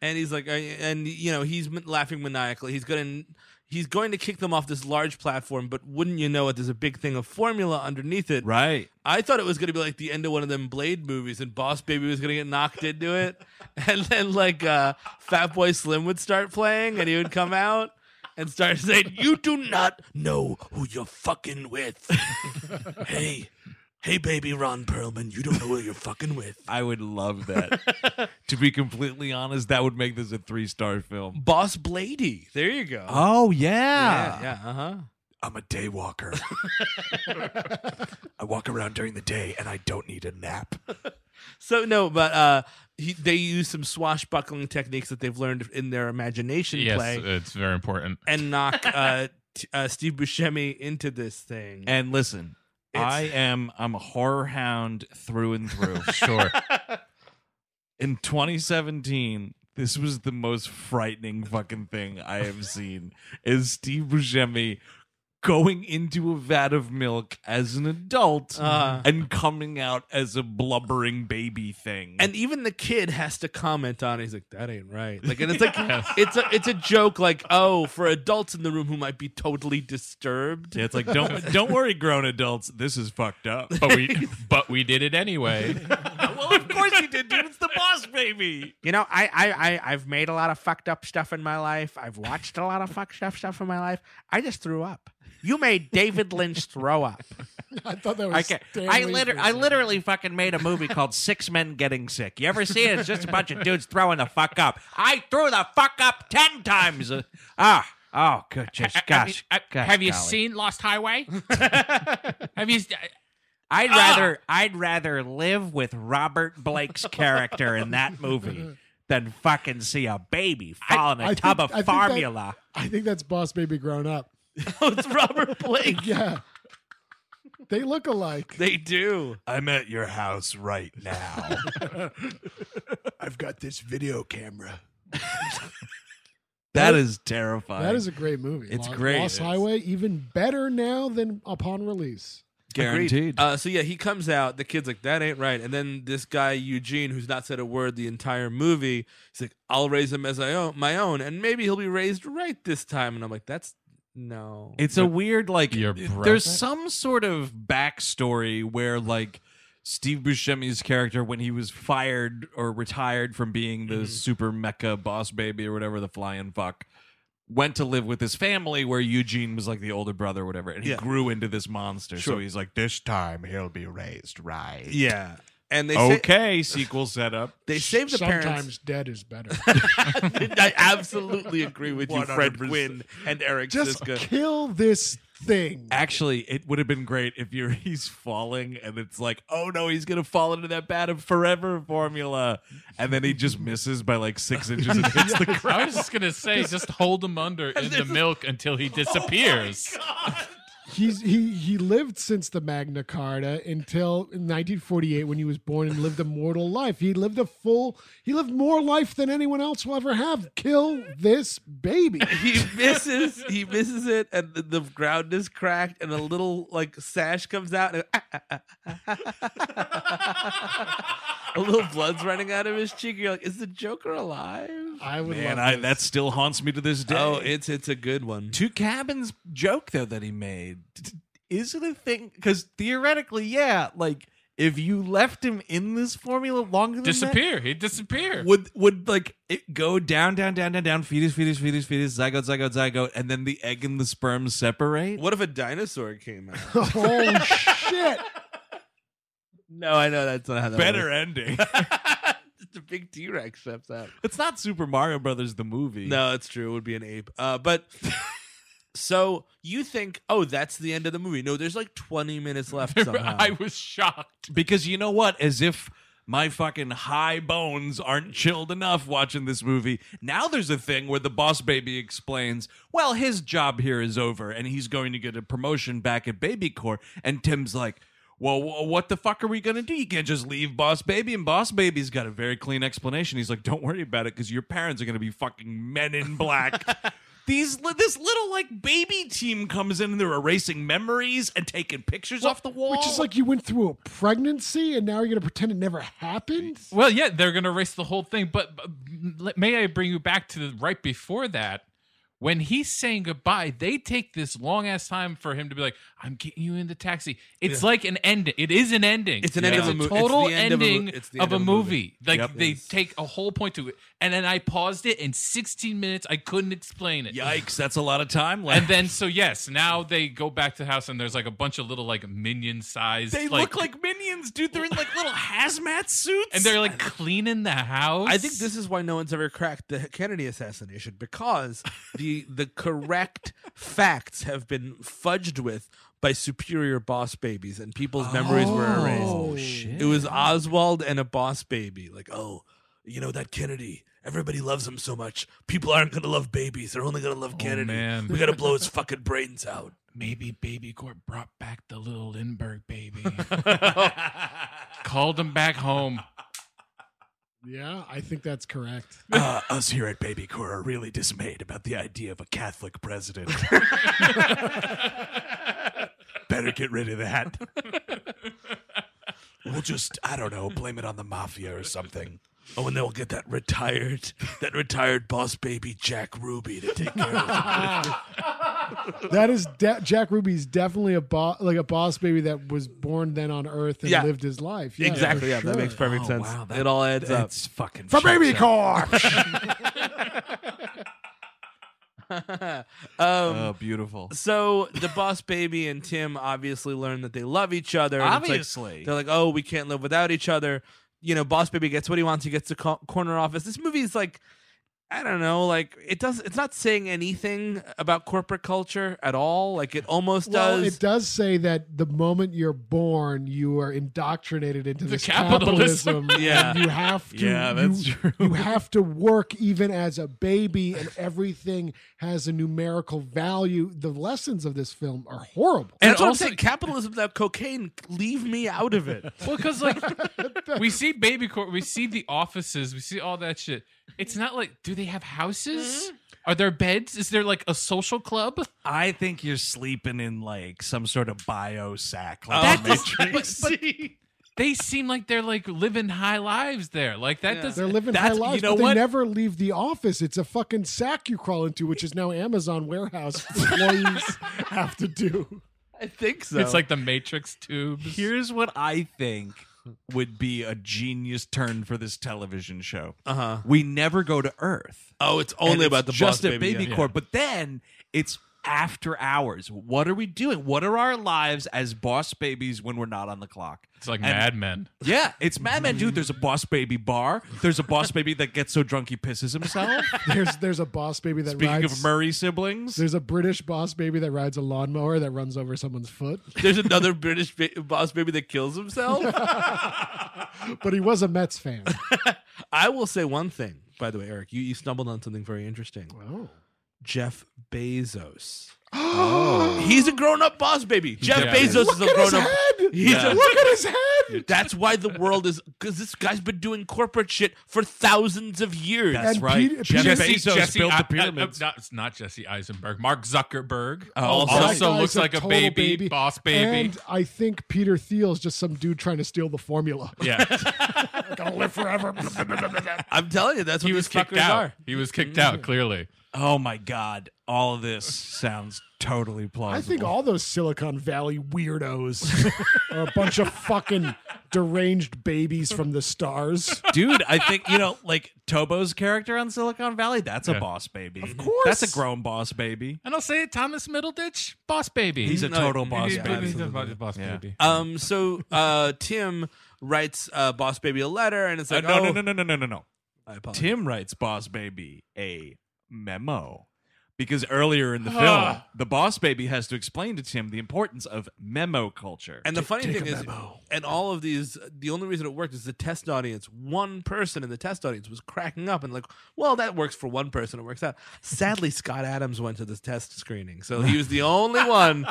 and he's like I- and you know he's m- laughing maniacally he's going to he's going to kick them off this large platform but wouldn't you know it there's a big thing of formula underneath it right. I thought it was gonna be like the end of one of them Blade movies, and Boss Baby was gonna get knocked into it, and then like uh, Fat Boy Slim would start playing, and he would come out and start saying, "You do not know who you're fucking with." hey, hey, baby, Ron Perlman, you don't know who you're fucking with. I would love that. to be completely honest, that would make this a three star film. Boss Blady, there you go. Oh yeah, yeah, uh huh. I'm a day walker. I walk around during the day and I don't need a nap. So no, but uh, he, they use some swashbuckling techniques that they've learned in their imagination Yes, play. uh, it's very important. and knock uh, t- uh, Steve Buscemi into this thing. And listen, It's- I am I'm a horror hound through and through. Sure. In 2017, this was the most frightening fucking thing I have seen is Steve Buscemi going into a vat of milk as an adult Uh. and coming out as a blubbering baby thing. and even the kid has to comment on. it. He's like, "That ain't right." Like, and it's like it's a it's a joke. Like, oh, for adults in the room who might be totally disturbed. it's like don't don't worry grown adults, this is fucked up. but we but we did it anyway. well, of course you did, dude. It's the boss baby. You know, I, I, I, I've made a lot of fucked up stuff in my life. I've watched a lot of fucked up stuff in my life. I just threw up. You made David Lynch throw up. I thought that was. Okay. Stan I Lee liter- for a I second. literally fucking made a movie called Six Men Getting Sick. You ever see it? It's just a bunch of dudes throwing the fuck up. I threw the fuck up ten times. Ah. Oh, good. Just gosh. uh, gosh golly. Lost Highway? Have you? uh, Ah! I'd rather I'd rather live with Robert Blake's character in that movie than fucking see a baby fall in a I tub think- I of think that- formula. Oh, I think that's Boss Baby grown up. it's Robert Blake. Yeah, they look alike. They do. I'm at your house right now. I've got this video camera. that is terrifying. That is a great movie. It's Lo- great. Lost It is. Highway, even better now than upon release. Guaranteed. Uh, so yeah, he comes out. The kid's like, "That ain't right." And then this guy Eugene, who's not said a word the entire movie, he's like, "I'll raise him as I own, my own, and maybe he'll be raised right this time." And I'm like, "That's no." It's a weird like Your there's breath- some sort of backstory where like Steve Buscemi's character when he was fired or retired from being Mm-hmm. the super mecha boss baby or whatever the flying fuck went to live with his family where Eugene was like the older brother or whatever and he Yeah. grew into this monster so Sure. he's like This time he'll be raised right. yeah, and they sa- okay sequel setup they save the parents. Sometimes dead is better. I absolutely agree with you, Fred Gwynn and Eric Just Siska. kill this thing. Actually, it would have been great if you're he's falling and it's like, oh no, he's gonna fall into that bad of forever formula, and then he just misses by like six inches and hits the ground. I was just gonna say, just hold him under in the milk until he disappears. He's he he lived since the Magna Carta until 1948 when he was born and lived a mortal life. He lived a full. He lived more life than anyone else will ever have. Kill this baby. he misses he misses it and the, the ground is cracked and a little like sash comes out and a little blood's running out of his cheek you're like is the joker alive I would Man, love I, this. that still haunts me to this day. oh it's it's a good one Two cabins joke though that he made. Is it a thing? Because theoretically, yeah, like if you left him in this formula longer than that, Disappear. He'd disappear. would would like it go down, down, down, down, down, fetus, fetus, fetus, fetus, zygote, zygote, zygote, and then the egg and the sperm separate? what if a dinosaur came out oh shit. no i know that's not how that Better works. ending. just a big t-rex steps out it's not Super Mario Brothers the movie. No, it's true. It would be an ape. Uh, but so you think, oh, that's the end of the movie? No, there's like 20 minutes left. Somehow. I was shocked. because you know what? As if my fucking high bones aren't chilled enough watching this movie. Now there's a thing where the boss baby explains, well, his job here is over and he's going to get a promotion back at Baby Corps. And Tim's like, well, wh- what the fuck are we going to do? You can't just leave Boss Baby. And Boss Baby's got a very clean explanation. He's like, don't worry about it because your parents are going to be fucking men in black. These li- this little like baby team comes in and they're erasing memories and taking pictures off the wall. Which is like you went through a pregnancy and now you're gonna pretend it never happened. Well, yeah, they're gonna erase the whole thing. But, but let- may I bring you back to the, right before that? When he's saying goodbye, they take this long ass time for him to be like, "I'm getting you in the taxi." It's like an end. It is an ending. It's an end of a mo- it's total the end of a mo- ending it's of the a, end of a movie. movie. Like Yep. they Yes. take a whole point to it, and then I paused it in 16 minutes. I couldn't explain it. Yikes, that's a lot of time left. And then so yes, now they go back to the house and there's like a bunch of little like minion sized they look like minions, dude. They're in like little hazmat suits. and they're like cleaning the house. I think this is why no one's ever cracked the Kennedy assassination because the the correct facts have been fudged with by superior boss babies and people's memories were erased. Oh shit. It was Oswald and a boss baby. Like, oh, you know that Kennedy. Everybody loves him so much. People aren't gonna love babies. They're only gonna love Kennedy. man. We gotta blow his fucking brains out. maybe Baby Gort brought back the little Lindbergh baby. Called him back home. Yeah, I think that's correct. Uh, us here at Baby Core are really dismayed about the idea of a Catholic president. Better get rid of that. We'll just, I don't know, blame it on the mafia or something. Oh, and they'll get that retired that retired boss baby Jack Ruby to take care of him. That is de- Jack Ruby's definitely a boss, like a boss baby that was born then on Earth and Yeah. lived his life. Yeah, exactly. for Yeah, sure. that makes perfect sense. Oh, wow, that- it all adds up. it's fucking for baby car. car. Um, Oh, beautiful. So the boss baby and Tim obviously learn that they love each other. and it's like- Obviously. they're like, oh, we can't live without each other. You know, boss baby gets what he wants. He gets the co- corner office. This movie is like, I don't know, like it does. It's not saying anything about corporate culture at all. Like it almost Well, does. it does say that the moment you're born, you are indoctrinated into this capitalism. capitalism. Yeah. and you have to. Yeah, that's you, true. You have to work even as a baby, and everything has a numerical value. The lessons of this film are horrible. and also, That's what I'm I'm saying, saying. capitalism without cocaine, leave me out of it. Well, because like we see Baby Gort, we see the offices, we see all that shit. It's not like do they have houses? Are there beds? Is there like a social club? I think you're sleeping in like some sort of bio sack. Like That a does- matrix. but- They seem like they're like living high lives there. Like that does They're living That's- high lives, you know but they what? never leave the office. It's a fucking sack you crawl into, which is now Amazon warehouse employees have to do. I think so. it's like the Matrix tubes. here's what I think would be a genius turn for this television show. Uh-huh. We never go to Earth. Oh, it's And only it's about the just boss a baby yeah. core. But then it's after hours. What are we doing? What are our lives as boss babies when we're not on the clock? It's like And- Mad Men. Yeah, it's Mad Men, dude. There's a boss baby bar. There's a boss baby that gets so drunk he pisses himself. There's there's a boss baby that Speaking rides. of Murray siblings, there's a British boss baby that rides a lawnmower that runs over someone's foot, There's another British ba- boss baby that kills himself. but he was a Mets fan. I will say one thing, by the way, Eric. You, you stumbled on something very interesting. Oh. Jeff Bezos. He's a grown-up boss baby. Jeff Yeah. Bezos is a Oh. His grown-up. head. He's a- Look at his head. That's why the world is because this guy's been doing corporate shit for thousands of years. That's and right. Pete- Jeff Pete- Bezos built the pyramids. I, I, not, it's not Jesse Eisenberg. Mark Zuckerberg Also- also, That guy's looks like a total baby, boss baby. And I think Peter Thiel's just some dude trying to steal the formula. yeah, Gonna live forever. I'm telling you, that's what he these was kicked fuckers out. are. He was kicked out. Clearly, oh my god, all of this sounds totally plausible. I think all those Silicon Valley weirdos are a bunch of fucking deranged babies from the stars. dude. I think you know, like Tobo's character on Silicon Valley. That's a Yeah. boss baby. Of course. that's a grown boss baby. and I'll say it, Thomas Middleditch, boss baby. He's a No, total boss He's- baby. he's a bo- boss Yeah. baby. Um. So, uh, Tim writes uh, boss baby a letter, and it's Uh, like, no, oh, no, no, no, no, no, no, no. I apologize. Tim writes Boss Baby a memo because earlier in the film, the Boss Baby has to explain to Tim the importance of memo culture. And the funny thing is, and all of these, the only reason it worked is the test audience. One person in the test audience was cracking up and like, well, that works for one person. It works out. Sadly, Scott Adams went to the test screening, so he was the only one.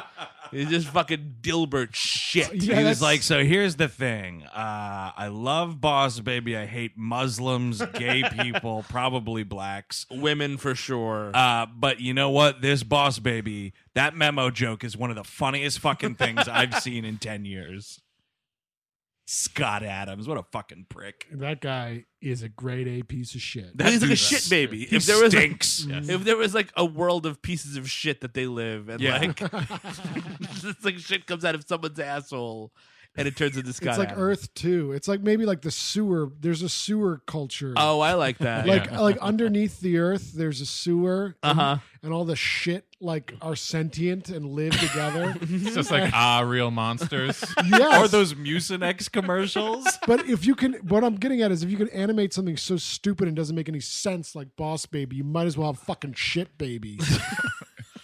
He just fucking Dilbert shit. Yeah, he that's- was like, "So here's the thing. Uh, I love Boss Baby. I hate Muslims, gay people, probably blacks. Women for sure. Uh, but you know what? This Boss Baby, that memo joke is one of the funniest fucking things I've seen in ten years." Scott Adams, what a fucking prick. That guy is a grade A piece of shit. Well, he's like a dude shit baby. He if there was like, stinks. if there was like a world of pieces of shit that they live and Yeah. like, it's like shit comes out of someone's asshole and it turns into Scott. it's like Adams. Earth too. It's like maybe like the sewer. There's a sewer culture. Oh, I like that. like yeah. like underneath the earth, there's a sewer. and- Uh-huh. And all the shit like are sentient and live together. It's just like ah, real monsters. yes. Or those Mucinex commercials. But if you can, what I'm getting at is if you can animate something so stupid and doesn't make any sense, like Boss Baby, you might as well have fucking Shit Baby.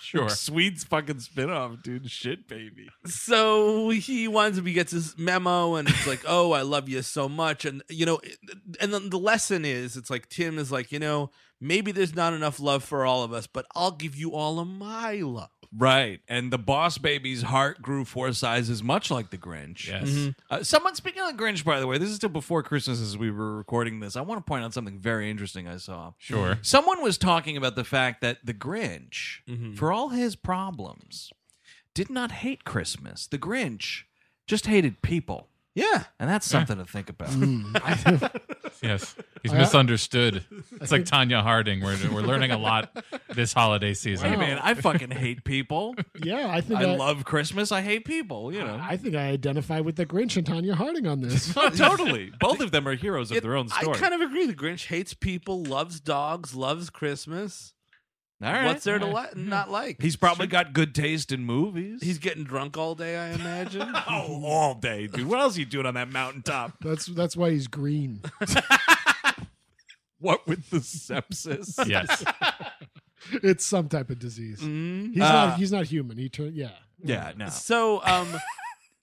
Sure. Swede's fucking spinoff, dude. Shit, baby. so he winds up, he gets his memo, and it's like, oh, I love you so much. And, you know, it- and then the lesson is it's like, Tim is like, you know, maybe there's not enough love for all of us, but I'll give you all of my love. Right. And the boss baby's heart grew four sizes, much like the Grinch. Yes. Uh, someone speaking of the Grinch, by the way, this is still before Christmas as we were recording this. I want to point out something very interesting I saw. Sure. Someone was talking about the fact that the Grinch, Mm-hmm. for all his problems, did not hate Christmas. The Grinch just hated people. Yeah. Mm. And that's something to think about. Yes. He's misunderstood. It's like Tanya Harding. We're, we're learning a lot this holiday season. Hey, man, I fucking hate people. yeah, I think I love Christmas. I hate people. You know, I think I identify with the Grinch and Tanya Harding on this. Oh, totally. Both of them are heroes of their own story. I kind of agree. The Grinch hates people, loves dogs, loves Christmas. All right. What's there to li- not like? He's probably got good taste in movies. He's getting drunk all day, I imagine. oh, all day, dude. What else are you doing on that mountaintop? That's that's why he's green. What with the sepsis? Yes. It's some type of disease. He's Uh, not he's not human. He turned yeah. Yeah, no. So, um,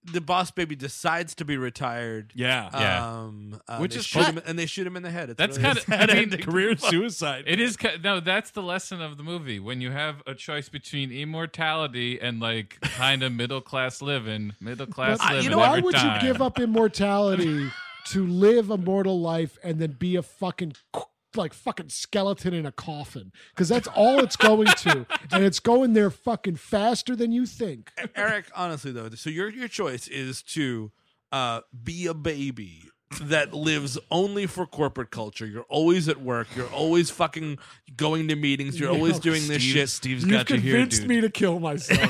the boss baby decides to be retired. Yeah. Yeah. Um, uh, Which they is shoot what- him, and they shoot him in the head. It's That's really kind of I mean, Career suicide. It is ki- no. That's the lesson of the movie. When you have a choice between immortality and like kind of middle class living, middle class But, living. you know, why every would time. you give up immortality to live a mortal life and then be a fucking c- like fucking skeleton in a coffin because that's all it's going to, and it's going there fucking faster than you think. Eric, honestly though, so your your choice is to uh, be a baby that lives only for corporate culture. You're always at work. You're always fucking going to meetings. You're always doing this Steve- shit. Steve's You've got you here, convinced dude. me to kill myself.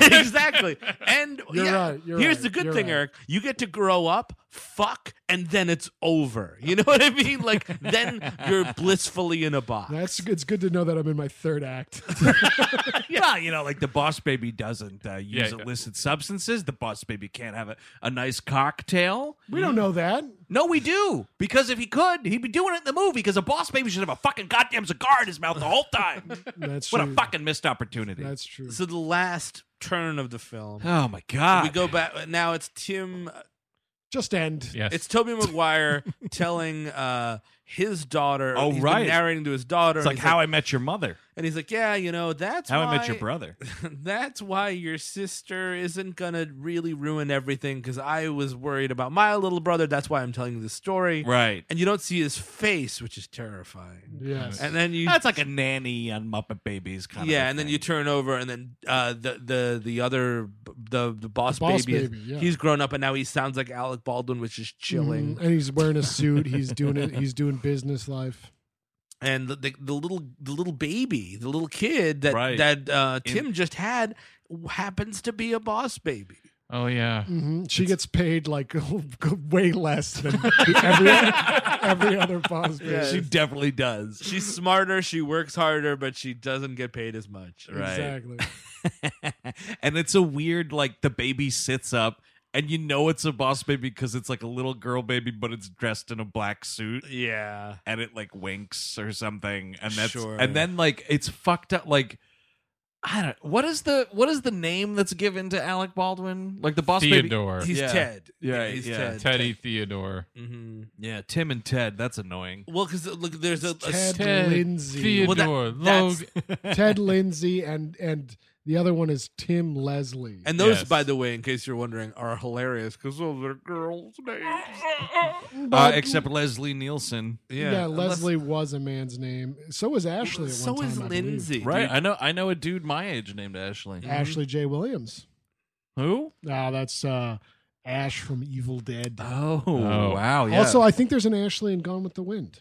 exactly. And You're yeah, right, you're here's right, the good you're thing, right. Eric. You get to grow up, fuck, and then it's over. You know what I mean? Like then you're blissfully in a box. That's it's good to know that I'm in my third act. Well, you know, like the boss baby doesn't uh, use Yeah. illicit substances. The boss baby can't have a, a nice cocktail. we don't know that. No, we do. Because if he could, he'd be doing it in the movie. Because a boss baby should have a fucking goddamn cigar in his mouth the whole time. That's what a true. fucking missed opportunity. That's true. So the last turn of the film. Oh my god. We go back now. It's Tim. Just end. Yes. It's Toby Maguire telling uh, his daughter. Oh, he's been right. narrating to his daughter. It's and like he's how I met your mother. and he's like, yeah, you know, that's How why, I met your brother. that's why your sister isn't gonna really ruin everything because I was worried about my little brother. That's why I'm telling you this story. Right. And you don't see his face, which is terrifying. Yes. And then you That's like a nanny on Muppet Babies kind of. yeah, a and then thing. you turn over, and then uh, the the the other the the boss, Boss baby, is- baby, yeah. he's grown up, and now he sounds like Alec Baldwin, which is chilling. Mhm. And he's wearing a suit. He's doing it. He's doing business life. And the, the the little the little baby, the little kid that Right. that uh, In- Tim just had happens to be a boss baby. oh yeah. hmm She gets paid like way less than every, every other boss baby. Yeah. She definitely does. She's smarter, she works harder, but she doesn't get paid as much. Exactly. and it's a weird like the baby sits up and you know it's a boss baby because it's like a little girl baby but it's dressed in a black suit Yeah. and it like winks or something and that's Sure. and then like it's fucked up like I don't what is the what is the name that's given to Alec Baldwin like the boss baby Theodore. He's Yeah. Ted. Yeah, he's yeah. Ted. Teddy Theodore. hmm yeah Tim and Ted that's annoying Well, because look, there's a, a Ted, Ted Lindsay. Theodore. Well, that- that's- Logan. Ted Lindsay and and the other one is Tim Leslie. And those, Yes. by the way, in case you're wondering, are hilarious because those are girls' names. uh, except Leslie Nielsen yeah, unless- Leslie was a man's name. So was Ashley. At So one time, is I believe. Lindsay, right dude. I know I know a dude my age named Ashley Ashley J. Williams. who Ah, that's uh, Ash from Evil Dead. oh, Oh. wow yeah Also, I think there's an Ashley in Gone with the Wind.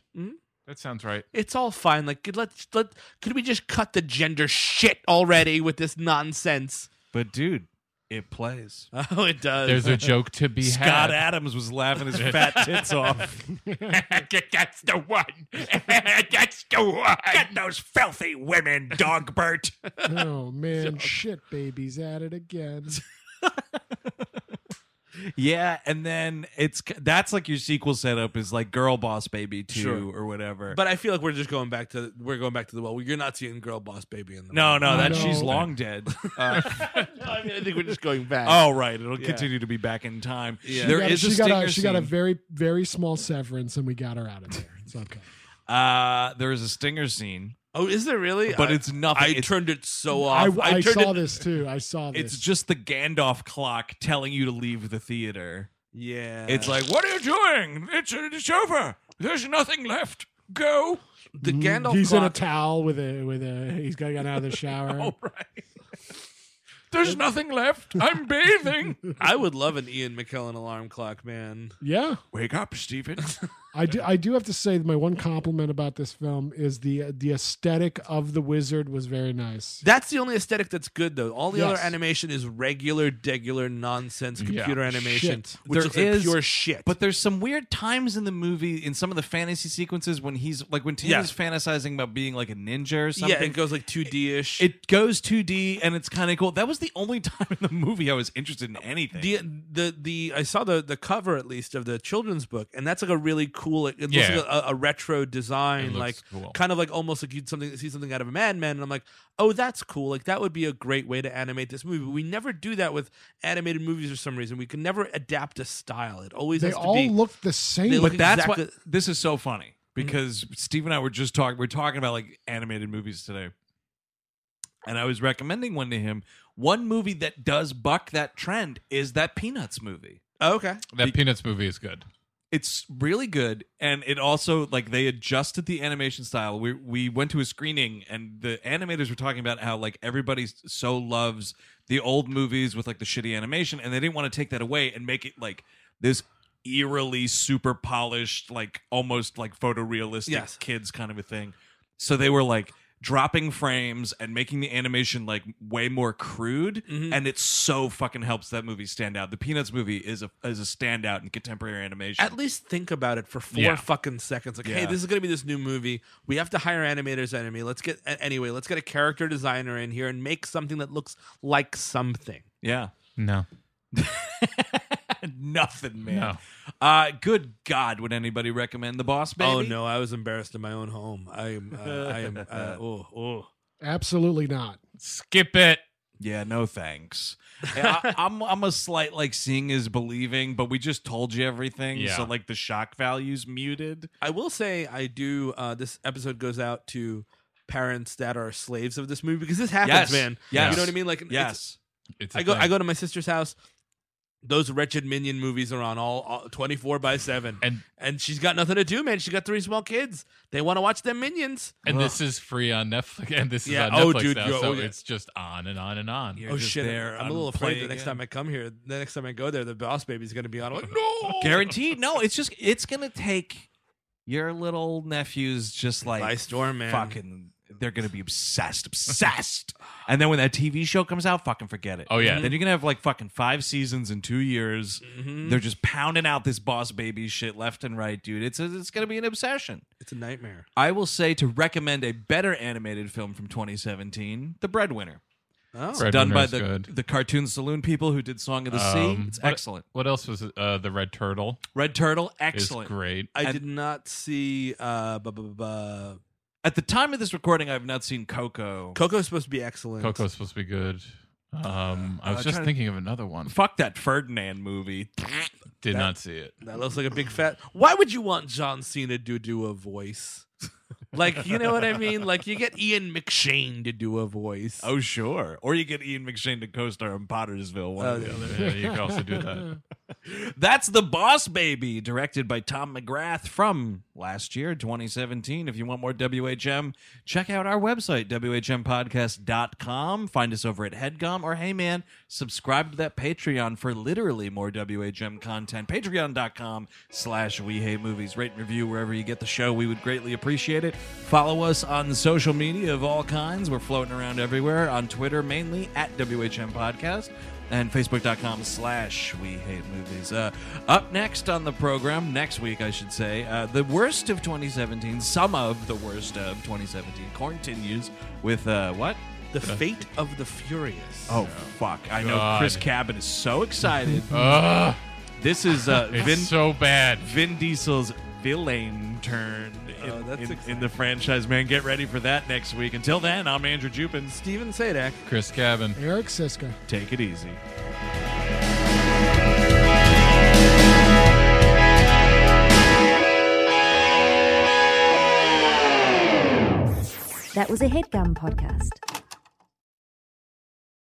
That sounds right. It's all fine. Like, could- let's let could we just cut the gender shit already with this nonsense? but dude it plays Oh, it does. There's a joke to be Scott had. Adams was laughing his fat tits off. That's the one. That's the one. Get those filthy women, Dogbert. Oh man, shit, babies at it again. yeah, and then it's that's like your sequel setup is like Girl Boss Baby Two Sure. or whatever. but I feel like we're just going back to we're going back to the well. You're not seeing girl boss baby in the no, no, that No. she's long dead. Uh, no. I mean, I think we're just going back. oh, right, it'll Yeah. continue to be back in time. Yeah. There she got, is she, a got stinger a, she got a scene. very very small severance, and we got her out of there. It's okay. uh, there is a stinger scene, oh, is there really? but I- it's nothing. I it's, turned it so I, off. I turned saw it, this too. I saw this. it's just the Gandalf clock telling you to leave the theater. Yeah, It's like, what are you doing? It's it's over. There's nothing left. Go. the Mm, Gandalf. He's in a clock. Oh, towel with a with a. He's got out of the shower. There's nothing left. I'm bathing. I would love an Ian McKellen alarm clock, man. Yeah, Wake up, Stephen. I do. I do have to say, that my one compliment about this film is the the aesthetic of the wizard was very nice. That's the only aesthetic that's good, though. All the Yes. other animation is regular, degular nonsense computer animation, Shit. which There looks like is- pure shit. But there's some weird times in the movie in some of the fantasy sequences when he's like when Tim Yeah. is fantasizing about being like a ninja or something. yeah, it goes like two D ish. It goes 2D and it's kind of cool. That was the only time in the movie I was interested in anything. the the the I saw the the cover at least of the children's book, and that's like a really cool. It, it looks Yeah. like a, a retro It design, looks like cool. kind of like almost like you'd something see something out of a Mad Men, and I'm like, oh, that's cool. Like that would be a great way to animate this movie. But we never do that with animated movies for some reason. We can never adapt a style. It always They has to all be. look the same. they but look that's exactly- what this is so funny because Steve and I were just talking. We're talking about like animated movies today, and I was recommending one to him. One movie that does buck that trend is that Peanuts movie. oh, okay. That Peanuts movie is good. It's really good, and it also like they adjusted the animation style. We we went to a screening, and the animators were talking about how like everybody so loves the old movies with like the shitty animation, and they didn't want to take that away and make it like this eerily super polished, like almost like photorealistic Yes. kids kind of a thing. So they were like dropping frames and making the animation like way more crude Mm-hmm. and it so fucking helps that movie stand out. The Peanuts movie is a is a standout in contemporary animation. At least think about it for four Yeah. fucking seconds. Like, hey, Yeah. this is gonna be this new movie. We have to hire animators enemy. Let's get a- anyway. Let's get a character designer in here and make something that looks like something. yeah. No. Nothing, man. Uh good god, would anybody recommend The Boss Baby? Oh no, I was embarrassed in my own home. I am. Uh, I am. Uh, oh, oh. Absolutely not. Skip it. Yeah, no thanks. I, I'm I'm a slight like seeing is believing, but we just told you everything, Yeah. so like the shock value's muted. I will say I do. Uh, this episode goes out to parents that are slaves of this movie because this happens, Yes. man. Yes. You know what I mean? Like, it's- Yes. It's a I go. thing. I go to my sister's house. Those wretched minion movies are on all, all twenty four by seven, And- and she's got nothing to do, man. She got three small kids. They want to watch them minions. And this is free on Netflix. And this Yeah, is on oh, Netflix dude, now, yo, so oh, yeah. it's just on and on and on. oh shit! there I'm a little afraid the unplaying next it. time I come here, the next time I go there, the boss baby's gonna be on. I'm like, no, Guaranteed? No, it's just it's gonna take your little nephews just like by storm, man. fucking they're gonna be obsessed, obsessed. and then when that TV show comes out, fucking forget it. Oh, yeah. Then you're gonna have like fucking five seasons in two years. Mm-hmm. They're just pounding out this boss baby shit left and right, dude. It's a, it's gonna be an obsession. It's a nightmare. I will say to recommend a better animated film from 2017, The Breadwinner, Oh, Bread done by Winner's the good. the cartoon saloon people who did Song of the Sea. Um, It's what- excellent. What else was it? Uh, the Red Turtle? Red Turtle, Is excellent. great. I and- did not see. Uh, bu- bu- bu- bu- At the time of this recording, I've not seen Coco. Coco's supposed to be excellent. Coco's supposed to be good. Uh, Um, I was I'm just trying to- thinking of another one. Fuck that Ferdinand movie. Did not see it. That looks like a big fat. Why would you want John Cena to do a voice? Like, you know what I mean? Like, you get Ian McShane to do a voice. Oh sure, or you get Ian McShane to co-star in Pottersville. One or Oh, the other. Yeah, you can also do that. That's the Boss Baby, directed by Tom McGrath from last year, 2017. If you want more WHM, check out our website whmpodcast.com. Find us over at Headgum, or hey man, subscribe to that Patreon for literally more WHM content. Patreon.com/slash We Hate Movies. Rate and review wherever you get the show. We would greatly appreciate it. Follow us on social media of all kinds. We're floating around everywhere on Twitter, mainly at WHM Podcast and facebook.com slash we hate movies uh, up next on the program next week i should say uh, the worst of 2017 some of the worst of 2017 continues with uh, what The Fate of the Furious. oh fuck i know God. chris cabin is so excited Ugh, this is uh, it's vin, so bad. vin diesel's villain turn in, Oh, that's in, in exciting. the franchise man get ready for that next week until then i'm andrew jupins Steven Sadak. Chris Cabin. Eric Siska. take it easy That was a headgum podcast.